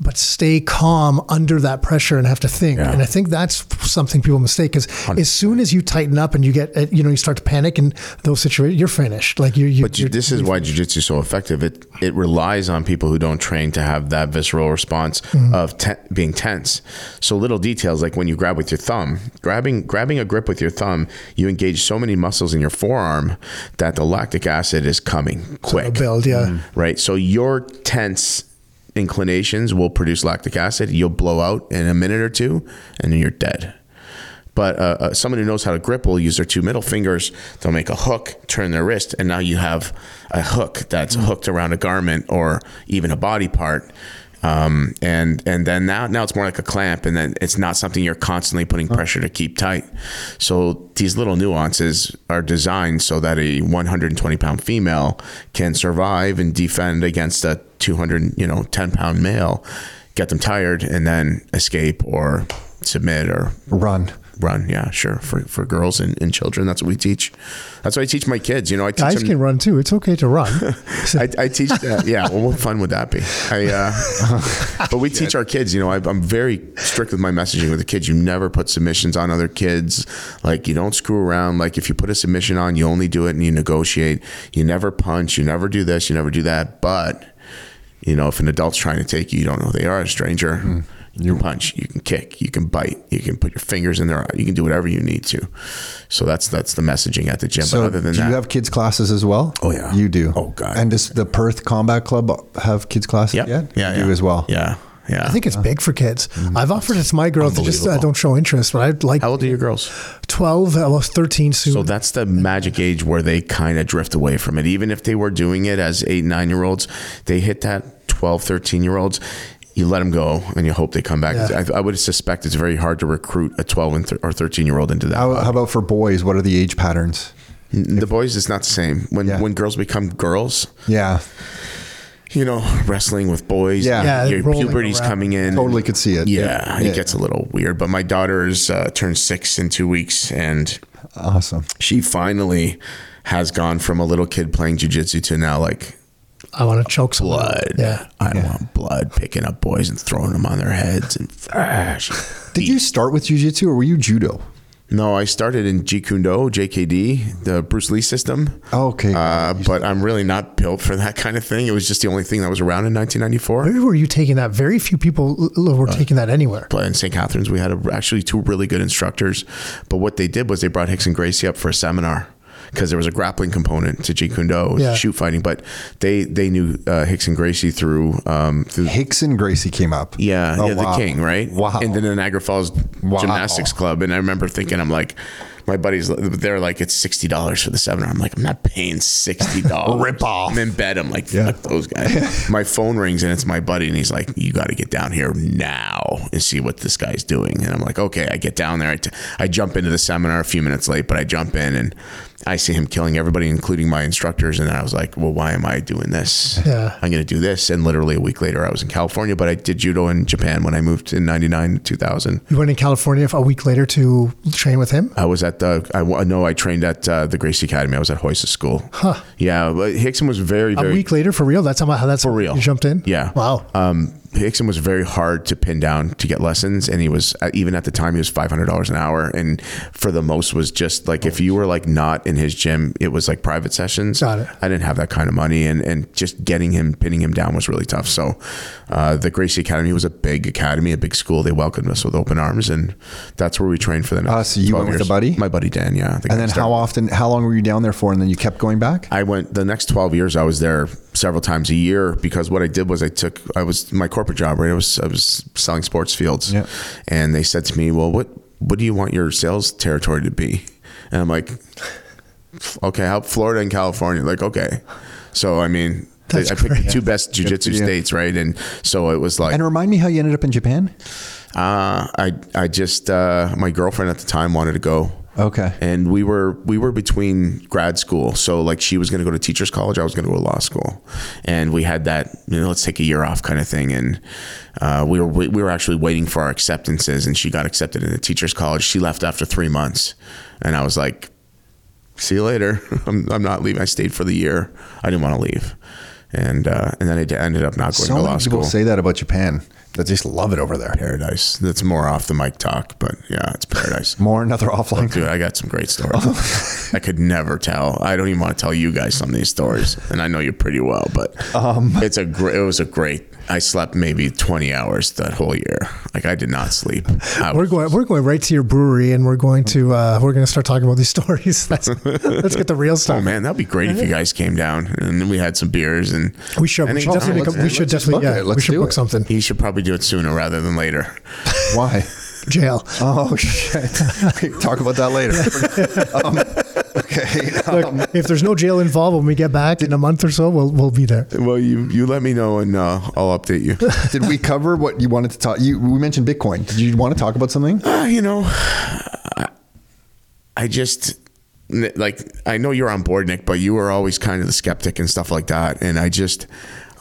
Speaker 5: but stay calm under that pressure and have to think.
Speaker 4: Yeah.
Speaker 5: And I think that's something people mistake because as soon as you tighten up and you get uh, you know you start to panic and those situations, you're finished. Like you, you
Speaker 4: But ju-
Speaker 5: you're-
Speaker 4: this is why jujitsu is so effective. It it relies on people who don't train to have that visceral response
Speaker 5: Mm-hmm.
Speaker 4: of te- being tense. So little details like when you grab with your thumb, grabbing grabbing a grip with your thumb, you engage so many muscles in your forearm that the lactic acid is coming quick
Speaker 5: build, yeah.
Speaker 4: right? So your tense inclinations will produce lactic acid. You'll blow out in a minute or two, and then you're dead. But uh, uh, someone who knows how to grip will use their two middle fingers. They'll make a hook, turn their wrist, and now you have a hook that's hooked around a garment or even a body part. Um, and and then now now it's more like a clamp, and then it's not something you're constantly putting pressure to keep tight. So these little nuances are designed so that a 120 pound female can survive and defend against a 200 you know 10 pound male, get them tired, and then escape or submit or
Speaker 3: Run.
Speaker 4: run. Yeah, sure for for girls and, and children. That's what we teach. That's what I teach my kids. You know, I teach
Speaker 5: guys
Speaker 4: them-
Speaker 5: can run too. It's okay to run.
Speaker 4: I, I teach that. Yeah. Well, what fun would that be? I, uh, but we teach our kids, you know, I, I'm very strict with my messaging with the kids. You never put submissions on other kids. Like, you don't screw around. Like, if you put a submission on, you only do it and you negotiate. You never punch. You never do this. You never do that. But, you know, if an adult's trying to take you, you don't know who they are, a stranger.
Speaker 3: Hmm.
Speaker 4: You can punch, you can kick, you can bite, you can put your fingers in their eye, you can do whatever you need to. So that's that's the messaging at the gym.
Speaker 3: So,
Speaker 4: but other than
Speaker 3: do
Speaker 4: that,
Speaker 3: you have kids classes as well?
Speaker 4: Oh, yeah.
Speaker 3: you do.
Speaker 4: Oh, God.
Speaker 3: And does the Perth Combat Club have kids classes
Speaker 4: Yep.
Speaker 3: yet?
Speaker 4: yeah,
Speaker 3: you
Speaker 4: yeah.
Speaker 3: do as well.
Speaker 4: Yeah, yeah.
Speaker 5: I think it's big for kids. I've offered it to my girls. They just uh,
Speaker 4: Mm-hmm. Unbelievable.
Speaker 5: don't show interest, but I'd like uh,
Speaker 4: How old are your girls?
Speaker 5: 12, I was 13 soon.
Speaker 4: So that's the magic age where they kind of drift away from it. Even if they were doing it as eight, nine year olds, they hit that 12, 13 year olds. You let them go and you hope they come back.
Speaker 5: Yeah.
Speaker 4: I, I would suspect it's very hard to recruit a 12 and th- or 13 year old into that.
Speaker 3: How, how about for boys? What are the age patterns?
Speaker 4: the boys, it's not the same. When,
Speaker 3: Yeah.
Speaker 4: when girls become girls,
Speaker 3: Yeah,
Speaker 4: you know, wrestling with boys,
Speaker 3: Yeah.
Speaker 5: Yeah,
Speaker 4: your
Speaker 5: rolling
Speaker 4: puberty's
Speaker 5: around.
Speaker 4: coming in.
Speaker 3: totally could see it.
Speaker 4: Yeah, it gets a little weird. But my daughter's uh, turned six in two weeks and
Speaker 3: awesome.
Speaker 4: she finally has gone from a little kid playing jujitsu to now like
Speaker 5: I want to choke someone.
Speaker 4: blood.
Speaker 5: Yeah.
Speaker 4: I want blood picking up boys and throwing them on their heads and thrash.
Speaker 3: Did you start with jujitsu or were you judo?
Speaker 4: No, I started in Jeet Kune Do, JKD, the Bruce Lee system.
Speaker 3: Oh, Okay,
Speaker 4: Uh, but I'm really not built for that kind of thing. It was just the only thing that was around in 1994.
Speaker 5: Where were you taking that? Very few people l- were taking that anywhere.
Speaker 4: in St. Catharines, we had a, actually two really good instructors. But what they did was they brought Hicks and Gracie up for a seminar because there was a grappling component to Jeet Kune Do, it was
Speaker 5: Yeah.
Speaker 4: shoot fighting. But they they knew uh, Hicks and Gracie through um, through
Speaker 3: Hicks and Gracie came up.
Speaker 4: Yeah,
Speaker 3: Oh,
Speaker 4: yeah
Speaker 3: wow.
Speaker 4: the king, right?
Speaker 3: Wow.
Speaker 4: And then the Niagara Falls
Speaker 3: Wow.
Speaker 4: Gymnastics Club. And I remember thinking, I'm like, my buddies, they're like, it's sixty dollars for the seminar. I'm like, I'm not paying sixty dollars.
Speaker 3: Rip off.
Speaker 4: I'm in bed. I'm like, fuck those guys. my phone rings and it's my buddy, and he's like, you got to get down here now and see what this guy's doing. And I'm like, okay. I get down there. I, t- I jump into the seminar a few minutes late, but I jump in and I see him killing everybody, including my instructors. And I was like, well, why am I doing this?
Speaker 5: Yeah.
Speaker 4: I'm going to do this. And literally a week later, I was in California, but I did judo in Japan when I moved in '99 to 2000.
Speaker 5: You went in California for a week later to train with him.
Speaker 4: I was at the I wa- no, I trained at uh, the Gracie Academy. I was at Hoysa School. Huh. Yeah, but Hickson was very
Speaker 5: A
Speaker 4: very
Speaker 5: week later, for real. That's how, how that's
Speaker 4: for real.
Speaker 5: You jumped in.
Speaker 4: Yeah.
Speaker 5: Wow.
Speaker 4: Um, Hickson was very hard to pin down to get lessons, and he was uh, even at the time he was five hundred dollars an hour, and for the most was just like if you were like not in his gym, it was like private sessions.
Speaker 5: Got it.
Speaker 4: I didn't have that kind of money, and and just getting him pinning him down was really tough. So, uh, the Gracie Academy was a big academy, a big school. They welcomed us with open arms, and that's where we trained for the next.
Speaker 3: Ah, so you
Speaker 4: 12
Speaker 3: went with
Speaker 4: years.
Speaker 3: a buddy?
Speaker 4: My buddy Dan, yeah.
Speaker 3: And then how often? How long were you down there for? And then you kept going back.
Speaker 4: I went the next 12 years I was there several times a year because what I did was I took I was my corporate job right I was I was selling sports fields
Speaker 3: Yeah.
Speaker 4: and they said to me well what what do you want your sales territory to be and I'm like okay how Florida and California like okay so I mean they-
Speaker 5: That's
Speaker 4: I picked the
Speaker 5: great.
Speaker 4: two best
Speaker 3: for
Speaker 4: jujitsu
Speaker 3: you.
Speaker 4: states right and so it was like
Speaker 3: And remind me how you ended up in Japan.
Speaker 4: uh, I I just uh, my girlfriend at the time wanted to go.
Speaker 3: Okay.
Speaker 4: And we were we were between grad school, so like she was going to go to teachers college, I was going to go to law school, and we had that you know let's take a year off kind of thing, and uh, we were we were actually waiting for our acceptances, and she got accepted into teachers college. She left after three months, and I was like, see you later. I'm, I'm not leaving. I stayed for the year. I didn't want to leave, and uh, and then I d- ended up not going
Speaker 3: So
Speaker 4: to
Speaker 3: many
Speaker 4: law
Speaker 3: people
Speaker 4: school
Speaker 3: say that about Japan. They just love it over there.
Speaker 4: paradise. That's more off the mic talk, but yeah, it's paradise.
Speaker 3: More another offline.
Speaker 4: Dude, I got some great stories. I could never tell. I don't even want to tell you guys some of these stories, and I know you pretty well. But it's a gr- it was a great. I slept maybe twenty hours that whole year. Like I did not sleep. I
Speaker 5: We're
Speaker 4: was,
Speaker 5: going. We're going right to your brewery, and we're going to. Uh, we're going to start talking about these stories. Let's, let's get the real
Speaker 4: oh
Speaker 5: stuff.
Speaker 4: man, that'd be great if you guys came down and then we had some beers and
Speaker 5: We should. We
Speaker 4: Any
Speaker 5: should
Speaker 4: time.
Speaker 5: definitely.
Speaker 4: Let's-
Speaker 5: come- we should
Speaker 3: let's just
Speaker 5: definitely.
Speaker 3: book
Speaker 5: Yeah.
Speaker 3: it.
Speaker 5: We
Speaker 3: Let's
Speaker 5: should
Speaker 3: do
Speaker 5: book
Speaker 3: it.
Speaker 5: something.
Speaker 4: He should probably do it sooner rather than later.
Speaker 3: Why?
Speaker 5: Jail.
Speaker 3: Oh shit. Talk about that later. um, okay. Um,
Speaker 5: Look, if there's no jail involved when we get back in a month or so, we'll we'll be there.
Speaker 4: Well, you you let me know and uh, I'll update you.
Speaker 3: did we cover what you wanted to talk? You we mentioned Bitcoin. Did you want to talk about something?
Speaker 4: Uh, you know, I- I just n- like I know you're on board, Nick, but you were always kind of the skeptic and stuff like that. And I just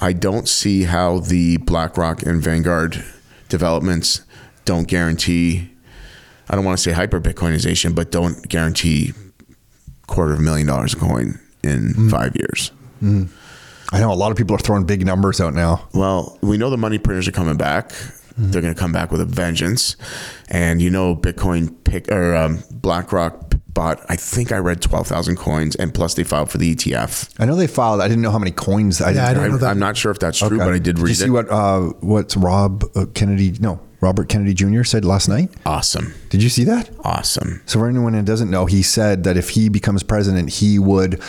Speaker 4: I don't see how the BlackRock and Vanguard developments don't guarantee. I don't want to say hyper Bitcoinization, but don't guarantee quarter of a million dollars a coin in five years.
Speaker 3: I know a lot of people are throwing big numbers out now.
Speaker 4: Well, we know the money printers are coming back. They're going to come back with a vengeance, and you know Bitcoin pick or um, BlackRock bought. I think I read twelve thousand coins, and plus they filed for the E ETF.
Speaker 3: I know they filed. I didn't know how many coins. I
Speaker 5: Yeah, I
Speaker 3: didn't,
Speaker 5: don't know
Speaker 4: I,
Speaker 5: that.
Speaker 4: am not sure if that's true, but I did read
Speaker 3: you see
Speaker 4: it.
Speaker 3: what uh, what's Rob uh, Kennedy? No, Robert Kennedy Jr. said last night.
Speaker 4: awesome,
Speaker 3: Did you see that?
Speaker 4: awesome.
Speaker 3: So for anyone who doesn't know, he said that if he becomes president, he would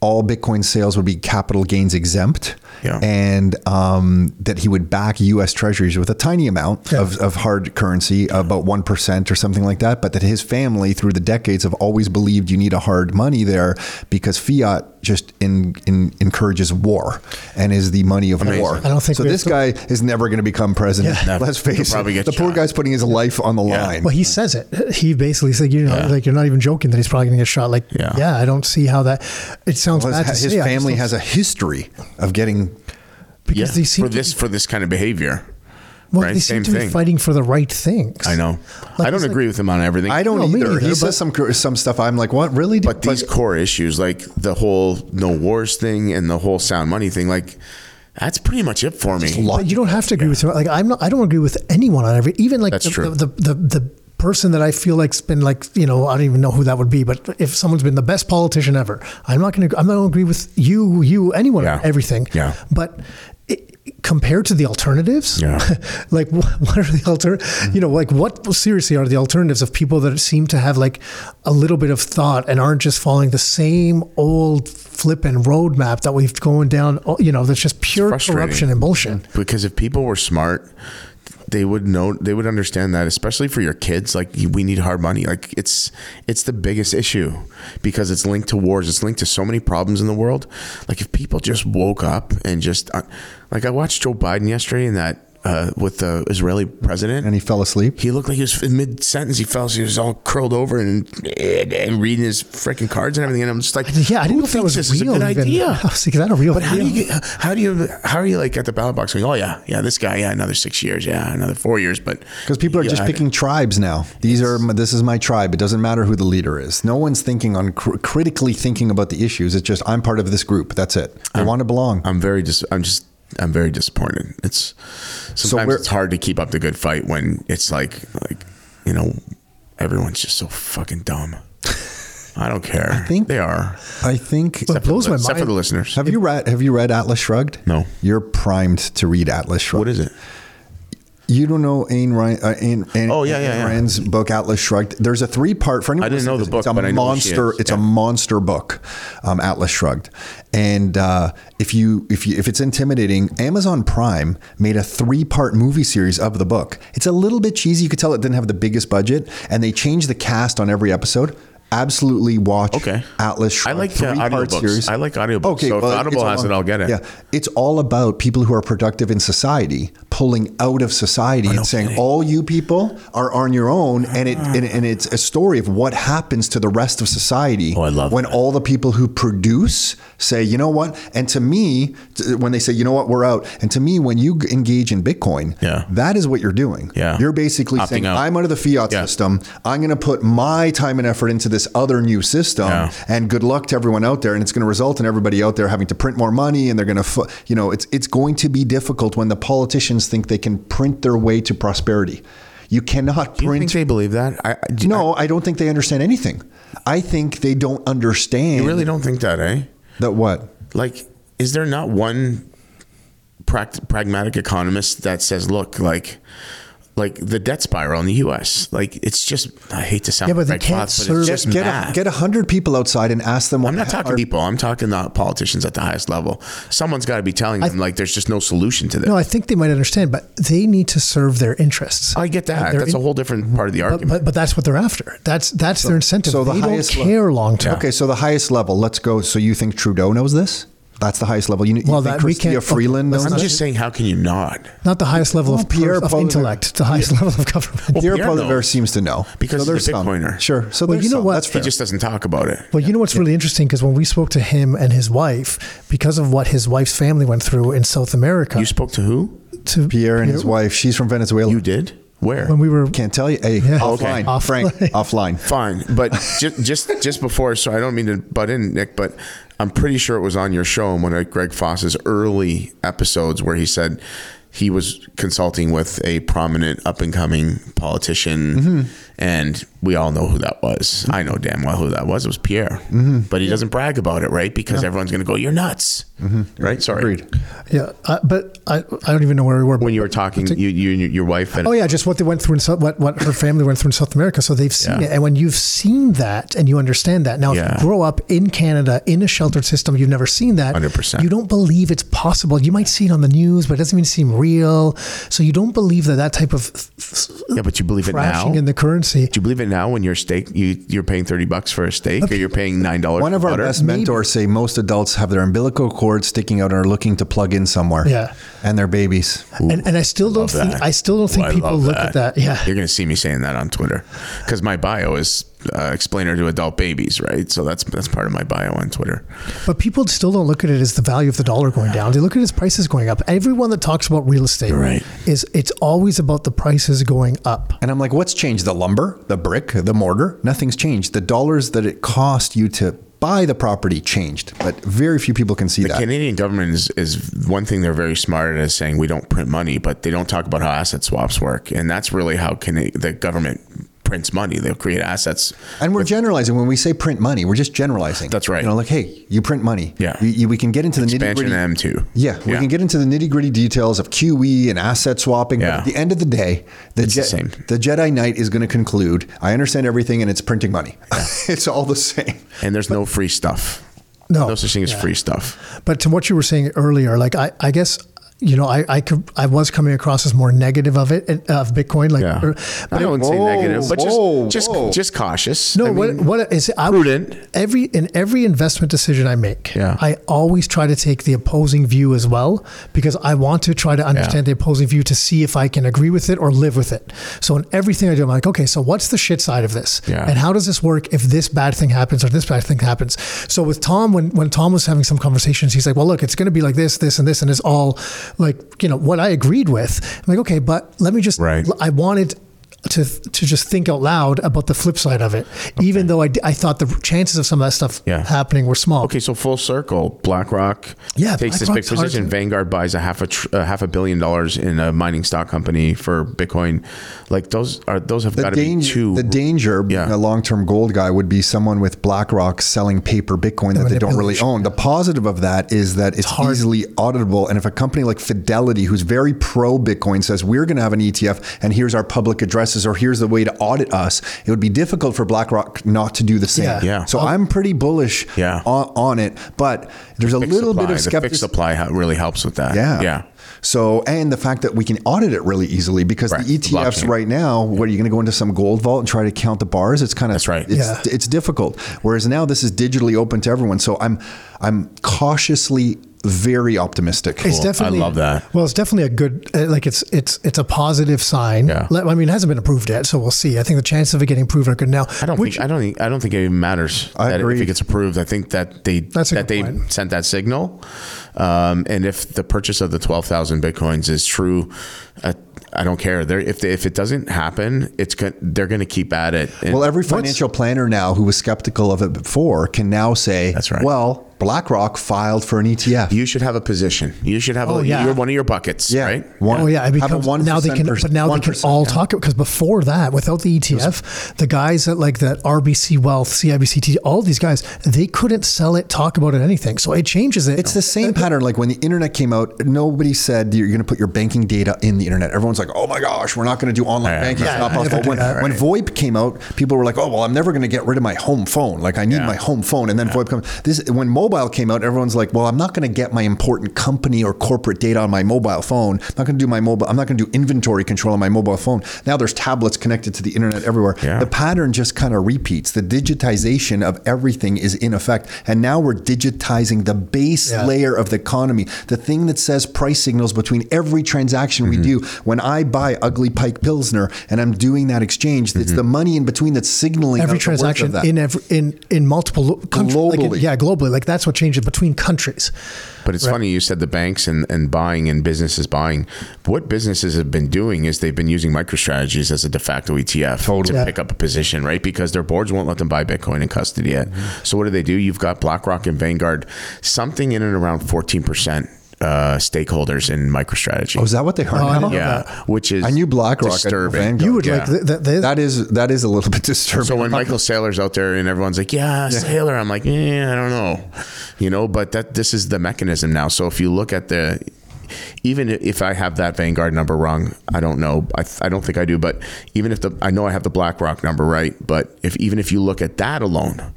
Speaker 3: all Bitcoin sales would be capital gains exempt,
Speaker 4: Yeah.
Speaker 3: and um, that he would back U.S. Treasuries with a tiny amount of, of hard currency, about one percent or something like that. But that his family, through the decades, have always believed you need a hard money there because fiat just in, in, encourages war and is the money of war.
Speaker 5: I don't think
Speaker 3: so.
Speaker 5: we have
Speaker 3: This
Speaker 5: to-
Speaker 3: guy is never going to become president.
Speaker 5: Yeah.
Speaker 4: Never.
Speaker 3: Let's face
Speaker 4: He'll probably
Speaker 3: it.
Speaker 4: get
Speaker 3: The poor
Speaker 4: shot.
Speaker 3: guy's putting his life on the
Speaker 4: Yeah.
Speaker 3: line.
Speaker 5: Well, he says it. He basically said, you know, like you're not even joking that he's probably going to get shot. Like,
Speaker 4: Yeah.
Speaker 5: yeah, I don't see how that. It sounds
Speaker 3: Well,
Speaker 5: bad to
Speaker 3: his, his
Speaker 5: say. I just
Speaker 3: family
Speaker 5: don't-
Speaker 3: has a history of getting.
Speaker 5: because they seem
Speaker 4: for
Speaker 5: to
Speaker 4: this for this kind of behavior.
Speaker 5: Well,
Speaker 4: right?
Speaker 5: they seem
Speaker 4: Same
Speaker 5: to
Speaker 4: thing.
Speaker 5: be fighting for the right things.
Speaker 4: I know. I don't
Speaker 5: it's like-
Speaker 4: agree with him on everything.
Speaker 3: I don't
Speaker 5: No, me
Speaker 3: either.
Speaker 5: neither,
Speaker 3: He
Speaker 5: but-
Speaker 3: says some cr- some stuff. I'm like, what really?
Speaker 4: but these core issues, like the whole no wars thing and the whole sound money thing, like that's pretty much it for me.
Speaker 5: But you don't have to agree with him. Like I'm not. I don't agree with anyone on every. Even like
Speaker 4: That's
Speaker 5: the,
Speaker 4: true.
Speaker 5: The, the the the person that I feel like's been like you know I don't even know who that would be. But if someone's been the best politician ever, I'm not going to. I'm not going to agree with you, you, anyone, on
Speaker 4: Yeah.
Speaker 5: everything.
Speaker 4: Yeah.
Speaker 5: But. It, compared to the alternatives
Speaker 4: Yeah.
Speaker 5: like what, what are the alter you know like what seriously are the alternatives of people that seem to have like a little bit of thought and aren't just following the same old flippin' roadmap that we've going down you know that's just pure
Speaker 4: frustrating.
Speaker 5: corruption and bullshit
Speaker 4: because if people were smart they would know they would understand that especially for your kids like you- we need hard money like it's it's the biggest issue because it's linked to wars it's linked to so many problems in the world like if people just woke up and just uh, like i watched joe biden yesterday in that uh, with the israeli president
Speaker 3: And he fell asleep.
Speaker 4: he looked like he was in mid sentence. He fell asleep. He was all curled over and, and reading his freaking cards and everything. And I'm just like,
Speaker 5: Yeah, I didn't
Speaker 4: who
Speaker 5: know if that
Speaker 4: thinks
Speaker 5: was
Speaker 4: this
Speaker 5: real.
Speaker 4: Is a good
Speaker 5: even.
Speaker 4: idea.
Speaker 5: I was like, is that a real
Speaker 4: But how do
Speaker 5: video?
Speaker 4: you get, how do you how are you like at the ballot box going? Oh yeah, yeah, this guy, yeah, another six years, yeah, another four years, but
Speaker 3: Because people are just
Speaker 4: Yeah,
Speaker 3: picking tribes now. These are my- this is my tribe. It doesn't matter who the leader is. No one's thinking on cr- critically thinking about the issues. It's just I'm part of this group. That's it.
Speaker 4: Um,
Speaker 3: I want to belong.
Speaker 4: I'm very dis- I'm just I'm very disappointed. It's sometimes
Speaker 3: we're-
Speaker 4: it's hard to keep up the good fight when it's like like you know everyone's just so fucking dumb. I don't care. I
Speaker 3: think-
Speaker 4: they are.
Speaker 3: I think.
Speaker 5: But blows my
Speaker 4: except for
Speaker 5: mind.
Speaker 4: the listeners.
Speaker 3: Have you read Have you read Atlas Shrugged?
Speaker 4: No.
Speaker 3: You're primed to read Atlas Shrugged.
Speaker 4: what is it?
Speaker 3: You don't know Ayn Rand? Uh, Ayn, Ayn,
Speaker 4: Oh, yeah, yeah,
Speaker 3: Ayn
Speaker 4: yeah.
Speaker 3: Rand's book Atlas Shrugged. There's a three part. For anyone
Speaker 4: I didn't
Speaker 3: listening
Speaker 4: know
Speaker 3: to
Speaker 4: the
Speaker 3: this,
Speaker 4: book, but I
Speaker 3: It's a
Speaker 4: know who she
Speaker 3: monster.
Speaker 4: is,
Speaker 3: It's a
Speaker 4: yeah.
Speaker 3: monster book, um, Atlas Shrugged. And uh, if you if you if it's intimidating, Amazon Prime made a three part movie series of the book. It's a little bit cheesy. You could tell it didn't have the biggest budget, and they changed the cast on every episode. Absolutely watch
Speaker 4: Okay.
Speaker 3: Atlas
Speaker 4: I
Speaker 3: Shrugged.
Speaker 4: like uh,
Speaker 3: three-part
Speaker 4: audiobooks. I like audiobooks.
Speaker 3: Okay,
Speaker 4: So if
Speaker 3: well,
Speaker 4: Audible
Speaker 3: it's
Speaker 4: has
Speaker 3: all-
Speaker 4: it, I'll get it.
Speaker 3: Yeah, it's all about people who are productive in society pulling out of
Speaker 4: Oh,
Speaker 3: society and saying all you people are on your own, and it and, and it's a story of what happens to the rest of society.
Speaker 4: Oh, I love
Speaker 3: when
Speaker 4: that.
Speaker 3: all the people who produce say, you know what? And to me, t- when they say, you know what, we're out. And to me, when you g- engage in Bitcoin,
Speaker 4: Yeah.
Speaker 3: that is what you're doing.
Speaker 4: Yeah.
Speaker 3: you're basically
Speaker 4: Opting
Speaker 3: saying,
Speaker 4: out.
Speaker 3: I'm out of the fiat
Speaker 4: Yeah.
Speaker 3: system. I'm going to put my time and effort into this other new system
Speaker 4: Yeah.
Speaker 3: and good luck to everyone out there. And it's going to result in everybody out there having to print more money, and they're going to, you know, it's it's going to be difficult when the politicians think they can print their way to prosperity. You cannot
Speaker 4: Do you think
Speaker 3: print.
Speaker 4: they believe that? I, I do-
Speaker 3: no, I don't think they understand anything. I think they don't understand
Speaker 4: I really don't think that, eh?
Speaker 3: that what
Speaker 4: Like, is there not one pract- pragmatic economist that says, look, like, like the debt spiral in the U.S. Like, it's just. I hate to sound
Speaker 5: Yeah, but they
Speaker 4: like
Speaker 5: can't
Speaker 4: Roth,
Speaker 5: serve-
Speaker 4: it's just
Speaker 3: get
Speaker 4: math.
Speaker 3: a, get a hundred people outside and ask them. What
Speaker 4: I'm not talking
Speaker 3: are-
Speaker 4: people. I'm talking the politicians at the highest level. Someone's got to be telling them like there's just no solution to this.
Speaker 5: No, I think they might understand, but they need to serve their interests.
Speaker 4: I get that.
Speaker 5: They're
Speaker 4: That's a
Speaker 5: in-
Speaker 4: whole different part of the
Speaker 5: But,
Speaker 4: argument.
Speaker 5: but, but that's what they're after. That's that's their incentive.
Speaker 3: so the
Speaker 5: they don't
Speaker 3: highest le-
Speaker 5: care long term.
Speaker 3: Okay, so the highest level. Let's go. So you think Trudeau knows this? That's the highest level. You, you
Speaker 5: Well,
Speaker 3: think
Speaker 5: that we
Speaker 3: Chrystia
Speaker 5: can't-
Speaker 3: Freeland knows
Speaker 4: I'm
Speaker 5: I'm
Speaker 3: this?
Speaker 4: just saying, how can you not?
Speaker 5: Not the highest level
Speaker 3: Well,
Speaker 5: of, per-
Speaker 3: Pierre
Speaker 5: of
Speaker 3: Polyev-
Speaker 5: intellect. It's the highest level of government.
Speaker 4: Well,
Speaker 3: Pierre
Speaker 4: Pierre
Speaker 3: Poliver
Speaker 4: knows.
Speaker 3: seems to know
Speaker 4: Because he's a
Speaker 3: there's some.
Speaker 4: Bitcoiner.
Speaker 3: Sure. So
Speaker 5: Well,
Speaker 3: there's
Speaker 5: you know
Speaker 3: some.
Speaker 5: what?
Speaker 3: That's
Speaker 4: He
Speaker 3: fair.
Speaker 4: just doesn't talk about it.
Speaker 5: Well, you know what's really interesting because when we spoke to him and his wife, because of what his wife's family went through in South America,
Speaker 4: You spoke to who?
Speaker 5: to
Speaker 3: Pierre and his wife. She's from Venezuela.
Speaker 4: You did? Where?
Speaker 5: when we were
Speaker 3: Can't tell you. Hey,
Speaker 5: Yeah.
Speaker 3: offline,
Speaker 5: Okay.
Speaker 3: Frank. offline.
Speaker 4: Fine, but just just just before, so I don't mean to butt in, Nick, but I'm pretty sure it was on your show in one of Greg Foss's early episodes where he said he was consulting with a prominent up and coming politician,
Speaker 5: Mm-hmm.
Speaker 4: and we all know who that was. I know damn well who that was. It was Pierre,
Speaker 5: Mm-hmm.
Speaker 4: but he doesn't brag about it, right? Because everyone's going to go, "You're nuts,"
Speaker 5: Mm-hmm.
Speaker 4: right? Sorry.
Speaker 3: Agreed.
Speaker 5: yeah, uh, but I I don't even know where we were.
Speaker 4: When you were talking, you, you and your wife. And
Speaker 5: Oh yeah, just what they went through in South, what what her family went through in South America. So they've seen
Speaker 4: Yeah.
Speaker 5: it, and when you've seen that and you understand that, now
Speaker 4: Yeah.
Speaker 5: if you grow up in Canada in a sheltered system, you've never seen that.
Speaker 4: 100%.
Speaker 5: You don't believe it's possible. You might see it on the news, but it doesn't even seem real. So you don't believe that that type of th- th-
Speaker 4: yeah, but you believe it now.
Speaker 5: crashing in the currency.
Speaker 4: Do you believe it now when your steak you you're paying thirty bucks for a steak or you're paying nine dollars?
Speaker 3: One of our
Speaker 4: butter?
Speaker 3: best mentors say most adults have their umbilical cord sticking out and are looking to plug in somewhere.
Speaker 5: Yeah.
Speaker 3: And their babies.
Speaker 5: And, and I still don't think I still don't think
Speaker 4: Well, I
Speaker 5: people
Speaker 4: love
Speaker 5: look at that. Yeah.
Speaker 4: you're gonna see me saying that on Twitter because my bio is uh, explainer to adult babies, right? So that's that's part of my bio on Twitter.
Speaker 5: But people still don't look at it as the value of the dollar going down. They look at it as prices going up. Everyone that talks about real estate
Speaker 4: right.
Speaker 5: is it's always about the prices going up.
Speaker 3: And I'm like, what's changed? The lumber, the brick, the mortar? Nothing's changed. The dollars that it cost you to buy the property changed, but very few people can see that.
Speaker 4: Canadian government is, is one thing they're very smart at is saying we don't print money, but they don't talk about how asset swaps work, and that's really how can the government prints money. They'll create assets.
Speaker 3: And we're generalizing when we say print money. We're just generalizing.
Speaker 4: That's right.
Speaker 3: You know, like hey, you print money.
Speaker 4: Yeah.
Speaker 3: You, you- we can get into the nitty
Speaker 4: Expansion
Speaker 3: gritty.
Speaker 4: M two.
Speaker 3: Yeah, we can get into the nitty gritty details of QE and asset swapping.
Speaker 4: Yeah.
Speaker 3: But at the end of the day, the,
Speaker 4: It's the
Speaker 3: Je-
Speaker 4: same.
Speaker 3: the Jedi Knight is going to conclude. I understand everything, and it's printing money. it's all the same.
Speaker 4: and there's no free stuff.
Speaker 5: No.
Speaker 4: no such thing as free stuff.
Speaker 5: But to what you were saying earlier, like I, I guess you know, I I, could, I was coming across as more negative of it uh, of Bitcoin, like,
Speaker 4: Yeah.
Speaker 5: or- Oh.
Speaker 4: I don't say
Speaker 3: Whoa,
Speaker 4: negative, but just
Speaker 3: whoa,
Speaker 4: just
Speaker 3: whoa.
Speaker 4: just cautious.
Speaker 5: No,
Speaker 4: I
Speaker 5: what
Speaker 4: mean,
Speaker 5: what is I,
Speaker 4: prudent.
Speaker 5: Every in every investment decision I make,
Speaker 4: Yeah.
Speaker 5: I always try to take the opposing view as well because I want to try to understand the opposing view to see if I can agree with it or live with it. So in everything I do, I'm like, okay, so what's the shit side of this,
Speaker 4: Yeah.
Speaker 5: and how does this work if this bad thing happens or this bad thing happens? So with Tom, when when Tom was having some conversations, he's like, well, look, it's going to be like this, this, and this, and it's all like you know what I agreed with. I'm like, okay, but let me just
Speaker 4: Right.
Speaker 5: I wanted to to just think out loud about the flip side of it, even though I, d- I thought the chances of some of that stuff
Speaker 4: Yeah.
Speaker 5: happening were small.
Speaker 4: Okay, so full circle. BlackRock
Speaker 5: Yeah,
Speaker 4: takes
Speaker 5: BlackRock's
Speaker 4: this big position.
Speaker 5: hard to-
Speaker 4: Vanguard buys a half a, tr- a half a billion dollars in a mining stock company for Bitcoin. Like those are those have
Speaker 3: The
Speaker 4: got to be
Speaker 3: danger,
Speaker 4: two.
Speaker 3: the danger,
Speaker 4: Yeah.
Speaker 3: being a long-term gold guy would be someone with BlackRock selling paper Bitcoin that they don't really
Speaker 5: manipulation.
Speaker 3: own. The positive of that is that it's,
Speaker 5: hard.
Speaker 3: easily auditable, and if a company like Fidelity, who's very pro Bitcoin, says we're going to have an ETF and here's our public addresses or here's the way to audit us, it would be difficult for BlackRock not to do the same.
Speaker 5: Yeah.
Speaker 4: Yeah.
Speaker 3: So I'm pretty bullish
Speaker 4: Yeah.
Speaker 3: on, on it, but there's a
Speaker 4: fixed
Speaker 3: little bit
Speaker 4: supply.
Speaker 3: of
Speaker 4: The fixed
Speaker 3: skepticism.
Speaker 4: supply ha- really helps with that.
Speaker 3: Yeah.
Speaker 4: yeah.
Speaker 3: So, and the fact that we can audit it really easily because
Speaker 4: Right.
Speaker 3: the ETFs
Speaker 4: Blockchain.
Speaker 3: right now, what are you going to go into some gold vault and try to count the bars? It's kind of
Speaker 4: That's right.
Speaker 3: It's,
Speaker 5: Yeah.
Speaker 3: it's difficult. Whereas now this is digitally open to everyone. So I'm I'm cautiously very optimistic.
Speaker 5: It's definitely.
Speaker 4: love that.
Speaker 5: Well, it's definitely a good. uh, Like it's it's it's a positive sign.
Speaker 4: Yeah.
Speaker 5: Let- I mean, it hasn't been approved yet, so we'll see. I think the chances of it getting approved are good now.
Speaker 4: I don't think I don't think I don't think it even matters.
Speaker 3: I
Speaker 4: that
Speaker 3: agree.
Speaker 4: If it gets approved, I think that they
Speaker 5: That's a
Speaker 4: that
Speaker 5: good
Speaker 4: they
Speaker 5: point.
Speaker 4: sent that signal. Um, and if the purchase of the twelve thousand bitcoins is true, I, I don't care. They're, if they, if it doesn't happen, it's go- they're going to keep at it. And-
Speaker 3: well, every financial planner now who was skeptical of it before can now say,
Speaker 4: That's right.
Speaker 3: Well, BlackRock filed for an E ETF.
Speaker 4: you should have a position. You should have
Speaker 5: Oh,
Speaker 4: a,
Speaker 5: yeah.
Speaker 4: you're one of your buckets,
Speaker 3: Yeah.
Speaker 4: right?
Speaker 3: One-
Speaker 5: Oh yeah, it
Speaker 3: Have a
Speaker 5: becomes
Speaker 3: 1%
Speaker 5: now they can,
Speaker 3: pers-
Speaker 5: but now they can
Speaker 3: 1%,
Speaker 5: all
Speaker 3: yeah.
Speaker 5: talk because before that, without the ETF, the guys that like that RBC Wealth, CIBCT, all these guys, they couldn't sell it, talk about it, anything. So it changes it.
Speaker 3: It's the same pattern. Like when the internet came out, nobody said you're going to put your banking data in the internet. Everyone's like, "Oh my gosh, we're not going to do online
Speaker 4: Yeah,
Speaker 3: banking.
Speaker 5: yeah,
Speaker 3: it's not
Speaker 5: I never
Speaker 3: possible."
Speaker 5: did
Speaker 3: When,
Speaker 5: that.
Speaker 3: when VoIP came out, people were like, "Oh well, I'm never going to get rid of my home phone. Like I need my home phone." And then VoIP comes. This when mobile came out, everyone's like, "Well, I'm not going to get my important company or corporate data on my mobile phone. I'm not going to do my mobile. I'm not going to do inventory control on my mobile phone." Now there's tablets connected to the internet everywhere.
Speaker 4: Yeah.
Speaker 3: The pattern just kind of repeats. The digitization of everything is in effect, and now we're digitizing the base
Speaker 5: Yeah.
Speaker 3: layer of the economy, the thing that says price signals between every transaction
Speaker 4: Mm-hmm.
Speaker 3: we do. When I buy Ugly Pike Pilsner and I'm doing that exchange,
Speaker 4: Mm-hmm.
Speaker 3: it's the money in between that's signaling
Speaker 5: every
Speaker 3: out the worth of
Speaker 5: transaction
Speaker 3: that.
Speaker 5: in every in in multiple lo- country, like in-
Speaker 3: Globally.
Speaker 5: yeah, globally. Like that's what changes between countries.
Speaker 4: But it's funny you said the banks and, and buying and businesses buying. What businesses have been doing is they've been using microstrategies as a de facto ETF to
Speaker 5: Yeah.
Speaker 4: pick up a position, right? Because their boards won't let them buy Bitcoin in custody yet.
Speaker 3: Mm-hmm.
Speaker 4: So what do they do? You've got BlackRock and Vanguard, something in and around fourteen percent uh, stakeholders in microstrategy.
Speaker 3: oh, is that what they are?
Speaker 5: I
Speaker 3: now?
Speaker 5: don't-
Speaker 4: yeah, which is
Speaker 3: I knew BlackRock. I didn't know
Speaker 4: disturbing.
Speaker 3: Vanguard.
Speaker 5: You would
Speaker 4: Yeah.
Speaker 5: like th- th- th-
Speaker 3: that is that is a little bit disturbing.
Speaker 4: So when Michael Saylor's out there and everyone's like, "Yeah, Saylor," I'm like, "Yeah, I don't know," you know. But that this is the mechanism now. So if you look at the, even if I have that Vanguard number wrong, I don't know. I, I don't think I do. But even if the I know I have the BlackRock number right, but if even if you look at that alone,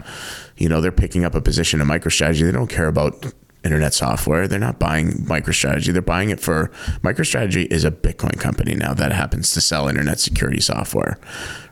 Speaker 4: you know they're picking up a position in MicroStrategy. They don't care about internet software. They're not buying MicroStrategy. They're buying it for MicroStrategy is a Bitcoin company now that happens to sell internet security software,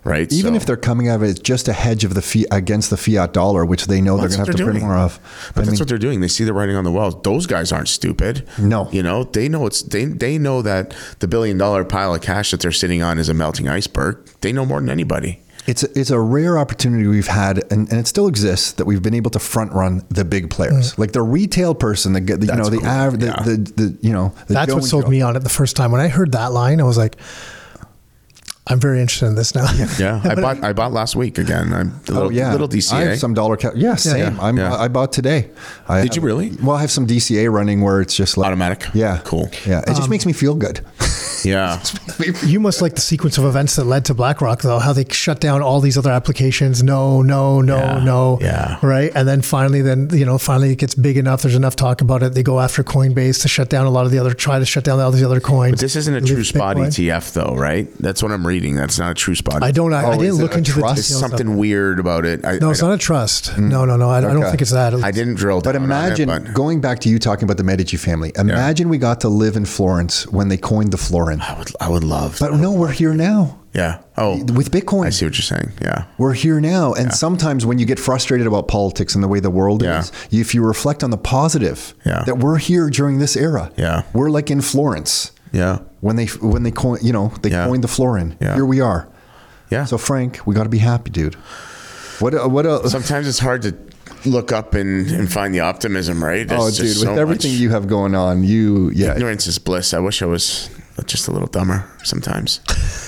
Speaker 4: right?
Speaker 3: even
Speaker 4: So-
Speaker 3: if they're coming out of it, it's just a hedge of the fee against the fiat dollar, which they know they're
Speaker 4: that's
Speaker 3: going to
Speaker 4: what
Speaker 3: have to
Speaker 4: they're
Speaker 3: print
Speaker 4: doing.
Speaker 3: more of.
Speaker 4: But that's what they're doing. They see the writing on the wall. Those guys aren't stupid.
Speaker 3: No.
Speaker 4: you know they know it's they they know that the billion dollar pile of cash that they're sitting on is a melting iceberg. They know more than anybody.
Speaker 3: It's a, it's a rare opportunity we've had, and, and it still exists that we've been able to front run the big players,
Speaker 5: Mm.
Speaker 3: like the retail person, the, the you know the,
Speaker 4: cool.
Speaker 3: av- the,
Speaker 4: Yeah.
Speaker 3: the, the you know the
Speaker 5: that's
Speaker 3: Joe
Speaker 5: what
Speaker 3: and
Speaker 5: sold
Speaker 3: Joe.
Speaker 5: me on it the first time when I heard that line. I was like, I'm very interested in this now.
Speaker 4: Yeah, I bought I bought last week again. I'm a little,
Speaker 3: Oh yeah,
Speaker 4: little
Speaker 3: I
Speaker 4: DCA.
Speaker 3: have some dollar. Ca- yeah, same.
Speaker 4: yeah,
Speaker 3: I'm,
Speaker 4: yeah.
Speaker 3: I bought today. I
Speaker 4: Did you
Speaker 3: have-
Speaker 4: really?
Speaker 3: Well, I have some DCA running where it's just like
Speaker 4: Automatic?
Speaker 3: Yeah,
Speaker 4: Cool.
Speaker 5: Um,
Speaker 3: Yeah, it just makes me feel good.
Speaker 4: Yeah.
Speaker 5: You must like the sequence of events that led to BlackRock, though. How they shut down all these other applications. No, no, no,
Speaker 4: Yeah,
Speaker 5: no.
Speaker 4: yeah.
Speaker 5: Right. And then finally, then you know, finally it gets big enough. There's enough talk about it. They go after Coinbase to shut down a lot of the other. Try to shut down all these other coins.
Speaker 4: But this isn't a
Speaker 5: Leave
Speaker 4: true spot
Speaker 5: Bitcoin.
Speaker 4: ETF though, right? That's what I'm reading. That's not a true spot.
Speaker 5: I don't. I, I
Speaker 3: Oh,
Speaker 5: didn't
Speaker 3: is it
Speaker 5: look
Speaker 3: a
Speaker 5: into
Speaker 3: trust?
Speaker 5: the
Speaker 4: There's
Speaker 5: details of
Speaker 4: something
Speaker 5: it.
Speaker 4: weird about it. I,
Speaker 5: No,
Speaker 4: I
Speaker 5: it's
Speaker 4: don't-
Speaker 5: not a trust. No, no, no. I, I don't
Speaker 3: Hmm. Okay.
Speaker 5: think it's that.
Speaker 4: I didn't drill
Speaker 3: But
Speaker 4: down on it,
Speaker 3: imagine
Speaker 4: but-
Speaker 3: going back to you talking about the Medici family. Imagine we got to live in Florence when they coined the florin.
Speaker 4: I would, I would love.
Speaker 3: But no, we're here now
Speaker 4: yeah. Oh,
Speaker 3: with Bitcoin.
Speaker 4: I see what you're saying. Yeah.
Speaker 3: We're here now, and sometimes when you get frustrated about politics and the way the world
Speaker 4: Yeah.
Speaker 3: is, if you reflect on the positive
Speaker 4: Yeah.
Speaker 3: that we're here during this era,
Speaker 4: Yeah.
Speaker 3: we're like in Florence
Speaker 4: Yeah.
Speaker 3: when they when they coin, you know, they
Speaker 4: Yeah.
Speaker 3: coined the florin.
Speaker 4: Yeah.
Speaker 3: Here we are.
Speaker 4: Yeah.
Speaker 3: So Frank, we got to be happy, dude. What a, what a,
Speaker 4: Sometimes it's hard to look up and, and find the optimism, right? There's
Speaker 3: oh,
Speaker 4: just
Speaker 3: dude, with
Speaker 4: so
Speaker 3: everything
Speaker 4: much-
Speaker 3: you have going on, you yeah,
Speaker 4: ignorance is bliss. I wish I was just a little dumber sometimes.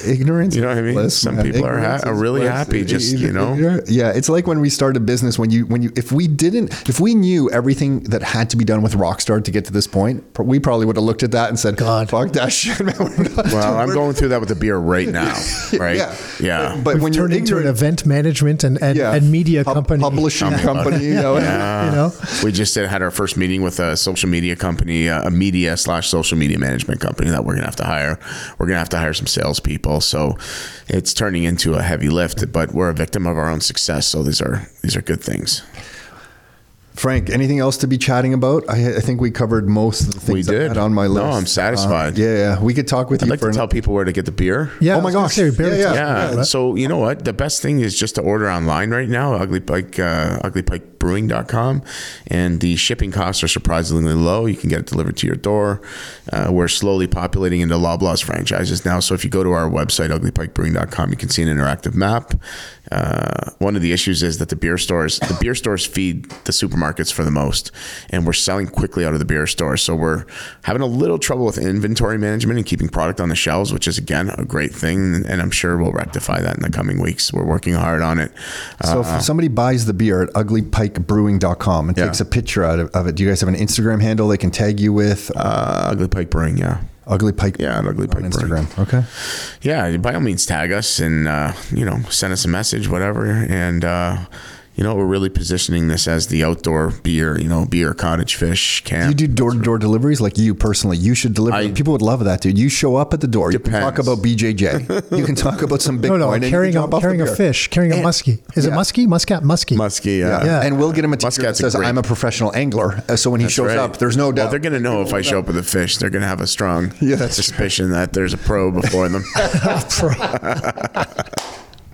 Speaker 3: ignorance.
Speaker 4: You know what I mean?
Speaker 3: is bliss,
Speaker 4: Some
Speaker 3: man.
Speaker 4: people are ha-
Speaker 3: Ignorance
Speaker 4: are
Speaker 3: is
Speaker 4: really
Speaker 3: bliss.
Speaker 4: happy, just, you know?
Speaker 3: Ignor- Yeah, it's like when we started business. When you when you if we didn't if we knew everything that had to be done with Rockstar to get to this point, pr- we probably would have looked at that and said,
Speaker 5: God.
Speaker 3: fuck that shit." Man. We're not-
Speaker 4: Well, I'm
Speaker 3: we're-
Speaker 4: going through that with the beer right now, right?
Speaker 3: Yeah,
Speaker 4: Yeah.
Speaker 3: But
Speaker 5: We've
Speaker 3: when you're
Speaker 5: turned into an
Speaker 3: ignorant,
Speaker 5: event management and and,
Speaker 3: yeah,
Speaker 5: and media
Speaker 3: pub- Ah.
Speaker 5: company.
Speaker 3: publishing
Speaker 4: Tell me about
Speaker 3: company, you know?
Speaker 4: Yeah.
Speaker 5: You know?
Speaker 4: we just did, had our first meeting with a social media company, uh, a media slash social media management company that we're gonna have to hire. We're gonna have to hire some salespeople, so it's turning into a heavy lift. But we're a victim of our own success, so these are these are good things.
Speaker 3: Frank, anything else to be chatting about? I, I think we covered most of the things I
Speaker 4: did.
Speaker 3: had on my
Speaker 4: No,
Speaker 3: list. Uh,
Speaker 4: I'm satisfied.
Speaker 3: yeah, yeah, we could talk with
Speaker 4: I'd
Speaker 3: you
Speaker 4: like
Speaker 3: for
Speaker 4: to
Speaker 3: an
Speaker 4: tell people where to get the beer.
Speaker 3: Oh
Speaker 5: Yeah. I was
Speaker 3: my
Speaker 5: gonna
Speaker 3: gosh.
Speaker 5: say, we barely
Speaker 3: Yeah,
Speaker 5: touched
Speaker 3: yeah.
Speaker 5: on
Speaker 4: Yeah.
Speaker 5: that, right?
Speaker 4: So you know what? The best thing is just to order online right now, Ugly Pike, uh, uglypikebrewing.com. And the shipping costs are surprisingly low. You can get it delivered to your door. Uh, we're slowly populating into Loblaws franchises now. So if you go to our website, uglypikebrewing.com, you can see an interactive map. Uh, one of the issues is that the beer stores, the beer stores feed the supermarkets for the most, and we're selling quickly out of the beer store. So we're having a little trouble with inventory management and keeping product on the shelves, which is again a great thing. And I'm sure we'll rectify that in the coming weeks. We're working hard on it. Uh,
Speaker 3: So if somebody buys the beer at uglypikebrewing.com and takes a picture out of, of it, do you guys have an Instagram handle they can tag you with?
Speaker 4: uh, Ugly Pike Brewing, yeah.
Speaker 3: Ugly Pike.
Speaker 4: yeah, at Ugly Pike
Speaker 3: on
Speaker 4: Brewing.
Speaker 3: Instagram. Okay.
Speaker 4: Yeah, by all means, tag us and uh, you know send us a message, whatever. And uh, you know we're really positioning this as the outdoor beer, you know, beer cottage fish camp.
Speaker 3: You do door to door deliveries like you personally. You should deliver.
Speaker 4: I-
Speaker 3: People would love that, dude. You show up at the door. You can
Speaker 4: Depends.
Speaker 3: talk about BJJ. you can talk about some Bitcoin.
Speaker 5: No, no,
Speaker 3: and you
Speaker 5: carrying
Speaker 3: can
Speaker 5: a
Speaker 3: drop off the
Speaker 5: carrying a
Speaker 3: beer.
Speaker 5: fish, carrying a
Speaker 3: And-
Speaker 5: muskie. Is it
Speaker 3: Yeah.
Speaker 5: muskie? Muscat, muskie.
Speaker 4: Muskie, yeah.
Speaker 5: Yeah.
Speaker 3: And we'll get him a
Speaker 4: Muscat's
Speaker 3: t-shirt that
Speaker 4: a
Speaker 3: says,
Speaker 4: great-
Speaker 3: "I'm a professional angler." Uh, So when he shows
Speaker 4: Right.
Speaker 3: up, there's no
Speaker 4: Well,
Speaker 3: doubt.
Speaker 4: they're going to know if I show up with a fish. They're going to have a strong
Speaker 3: Yeah, that's true.
Speaker 4: suspicion that there's a pro before them.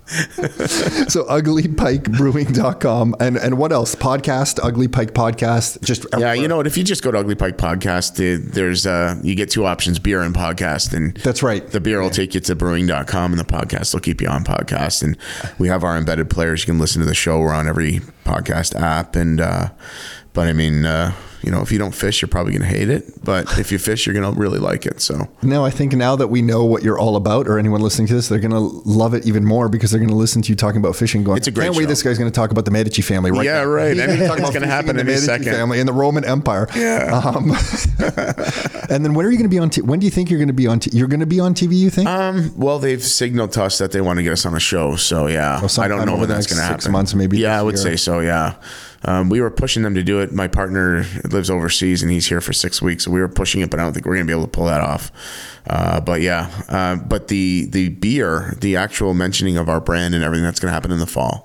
Speaker 3: so uglypikebrewing.com and and what else? Podcast, Ugly Pike Podcast. Just
Speaker 4: yeah, you know what? If you just go to Ugly Pike Podcast, the- there's uh, you get two options: beer and podcast. And
Speaker 3: That's right.
Speaker 4: The beer will take you to brewing.com, and the podcast will keep you on podcast. And we have our embedded players. You can listen to the show. We're on every podcast app. And uh, but I mean, uh, you know, if you don't fish, you're probably going to hate it. But if you fish, you're going to really like it. So
Speaker 3: No, I think now that we know what you're all about, or anyone listening to this, they're going to love it even more because they're going to listen to you talking about fishing. Going,
Speaker 4: It's a great
Speaker 3: Can't wait.
Speaker 4: show."
Speaker 3: This guy's going to talk about the Medici family, right?
Speaker 4: yeah,
Speaker 3: now."
Speaker 4: right.
Speaker 3: He's
Speaker 4: I
Speaker 3: gonna
Speaker 4: mean,
Speaker 3: talk
Speaker 4: it's
Speaker 3: about
Speaker 4: going to
Speaker 3: fishing
Speaker 4: happen
Speaker 3: in
Speaker 4: any
Speaker 3: the Medici
Speaker 4: second.
Speaker 3: family in the Roman Empire. Yeah. Um, and then when are you going to be on? T- when do you think you're going to be on? T- you're going to be on TV? You think?
Speaker 4: Um, well, they've signaled to us that they want to get us on a show, so yeah, I
Speaker 3: sometime
Speaker 4: don't know
Speaker 3: over
Speaker 4: when
Speaker 3: the
Speaker 4: that's
Speaker 3: next
Speaker 4: going to happen.
Speaker 3: six months, maybe
Speaker 4: Yeah,
Speaker 3: this
Speaker 4: I would
Speaker 3: year.
Speaker 4: say so. Yeah, um, we were pushing them to do it. My partner lives overseas and he's here for six weeks, so we were pushing it, but I don't think we're going to be able to pull that off. Uh, but yeah, uh, but the the beer, the actual mentioning of our brand and everything that's going to happen in the fall.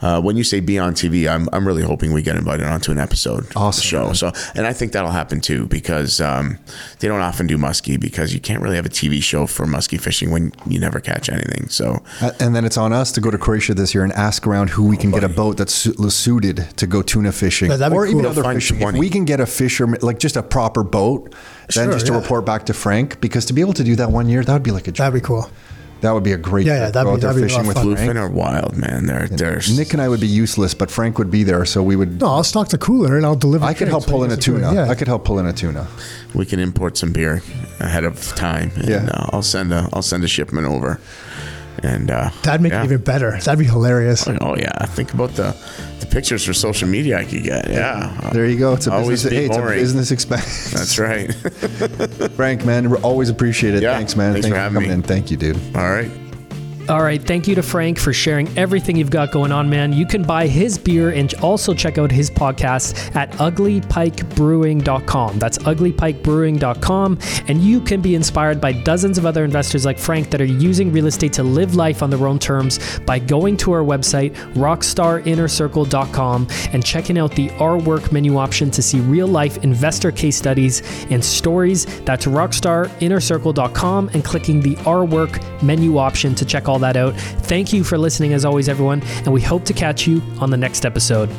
Speaker 4: Uh, when you say be on TV, I'm, I'm really hoping we get invited onto an episode of the
Speaker 3: Awesome.
Speaker 4: show. So, and I think that'll happen too because um, they don't often do muskie because you can't really have a TV show for muskie fishing when you never catch anything. So,
Speaker 3: Uh, and then it's on us to go to Croatia this year and ask around who we can get a boat that's su- suited to go tuna fishing
Speaker 5: That'd be
Speaker 3: or even
Speaker 5: cool.
Speaker 3: other
Speaker 4: Find
Speaker 3: fishing. If
Speaker 4: 20.
Speaker 3: we can get a fisherman, like just a proper boat, then
Speaker 5: Sure,
Speaker 3: just to
Speaker 5: yeah.
Speaker 3: report back to Frank, because to be able to do that one year, that would be like a dream.
Speaker 5: That'd be cool.
Speaker 3: That would be a great
Speaker 5: Yeah, yeah,
Speaker 3: trip.
Speaker 5: that'd
Speaker 3: Go
Speaker 5: be-
Speaker 3: out there
Speaker 5: that'd be a lot
Speaker 3: fishing
Speaker 5: of
Speaker 3: with
Speaker 5: fun,
Speaker 3: Luke.
Speaker 4: bluefin are wild, man. They're they're
Speaker 3: Nick and I would be useless, but Frank would be there, so we would.
Speaker 5: No, I'll stock the cooler and I'll deliver.
Speaker 3: I could help
Speaker 5: drinks
Speaker 3: pull in
Speaker 5: while you
Speaker 3: a
Speaker 5: guys are doing
Speaker 3: tuna.
Speaker 5: it. Yeah.
Speaker 3: I could help pull in a tuna.
Speaker 4: we can import some beer ahead of time. And,
Speaker 3: Yeah.
Speaker 4: uh, I'll send a I'll send a shipment over. And uh,
Speaker 5: That'd make
Speaker 4: yeah.
Speaker 5: it even better. That'd be hilarious.
Speaker 4: Oh yeah, think about the the pictures for social media I could get. Yeah,
Speaker 3: There you go. It's a
Speaker 4: Always
Speaker 3: business.
Speaker 4: be
Speaker 3: Hey, it's a
Speaker 4: boring.
Speaker 3: business expense.
Speaker 4: That's right.
Speaker 3: Frank, man, we always appreciate it.
Speaker 4: Yeah.
Speaker 3: Thanks, man.
Speaker 4: Thanks for having
Speaker 3: coming
Speaker 4: me.
Speaker 3: in. Thank you, dude.
Speaker 4: All right.
Speaker 1: All right, thank you to Frank for sharing everything you've got going on, man. You can buy his beer and also check out his podcast at uglypikebrewing.com. That's uglypikebrewing.com. And you can be inspired by dozens of other investors like Frank that are using real estate to live life on their own terms by going to our website, rockstarinnercircle.com, and checking out the Our Work menu option to see real life investor case studies and stories. That's rockstarinnercircle.com and clicking the Our Work menu option to check all that out. Thank you for listening, as always, everyone, and we hope to catch you on the next episode.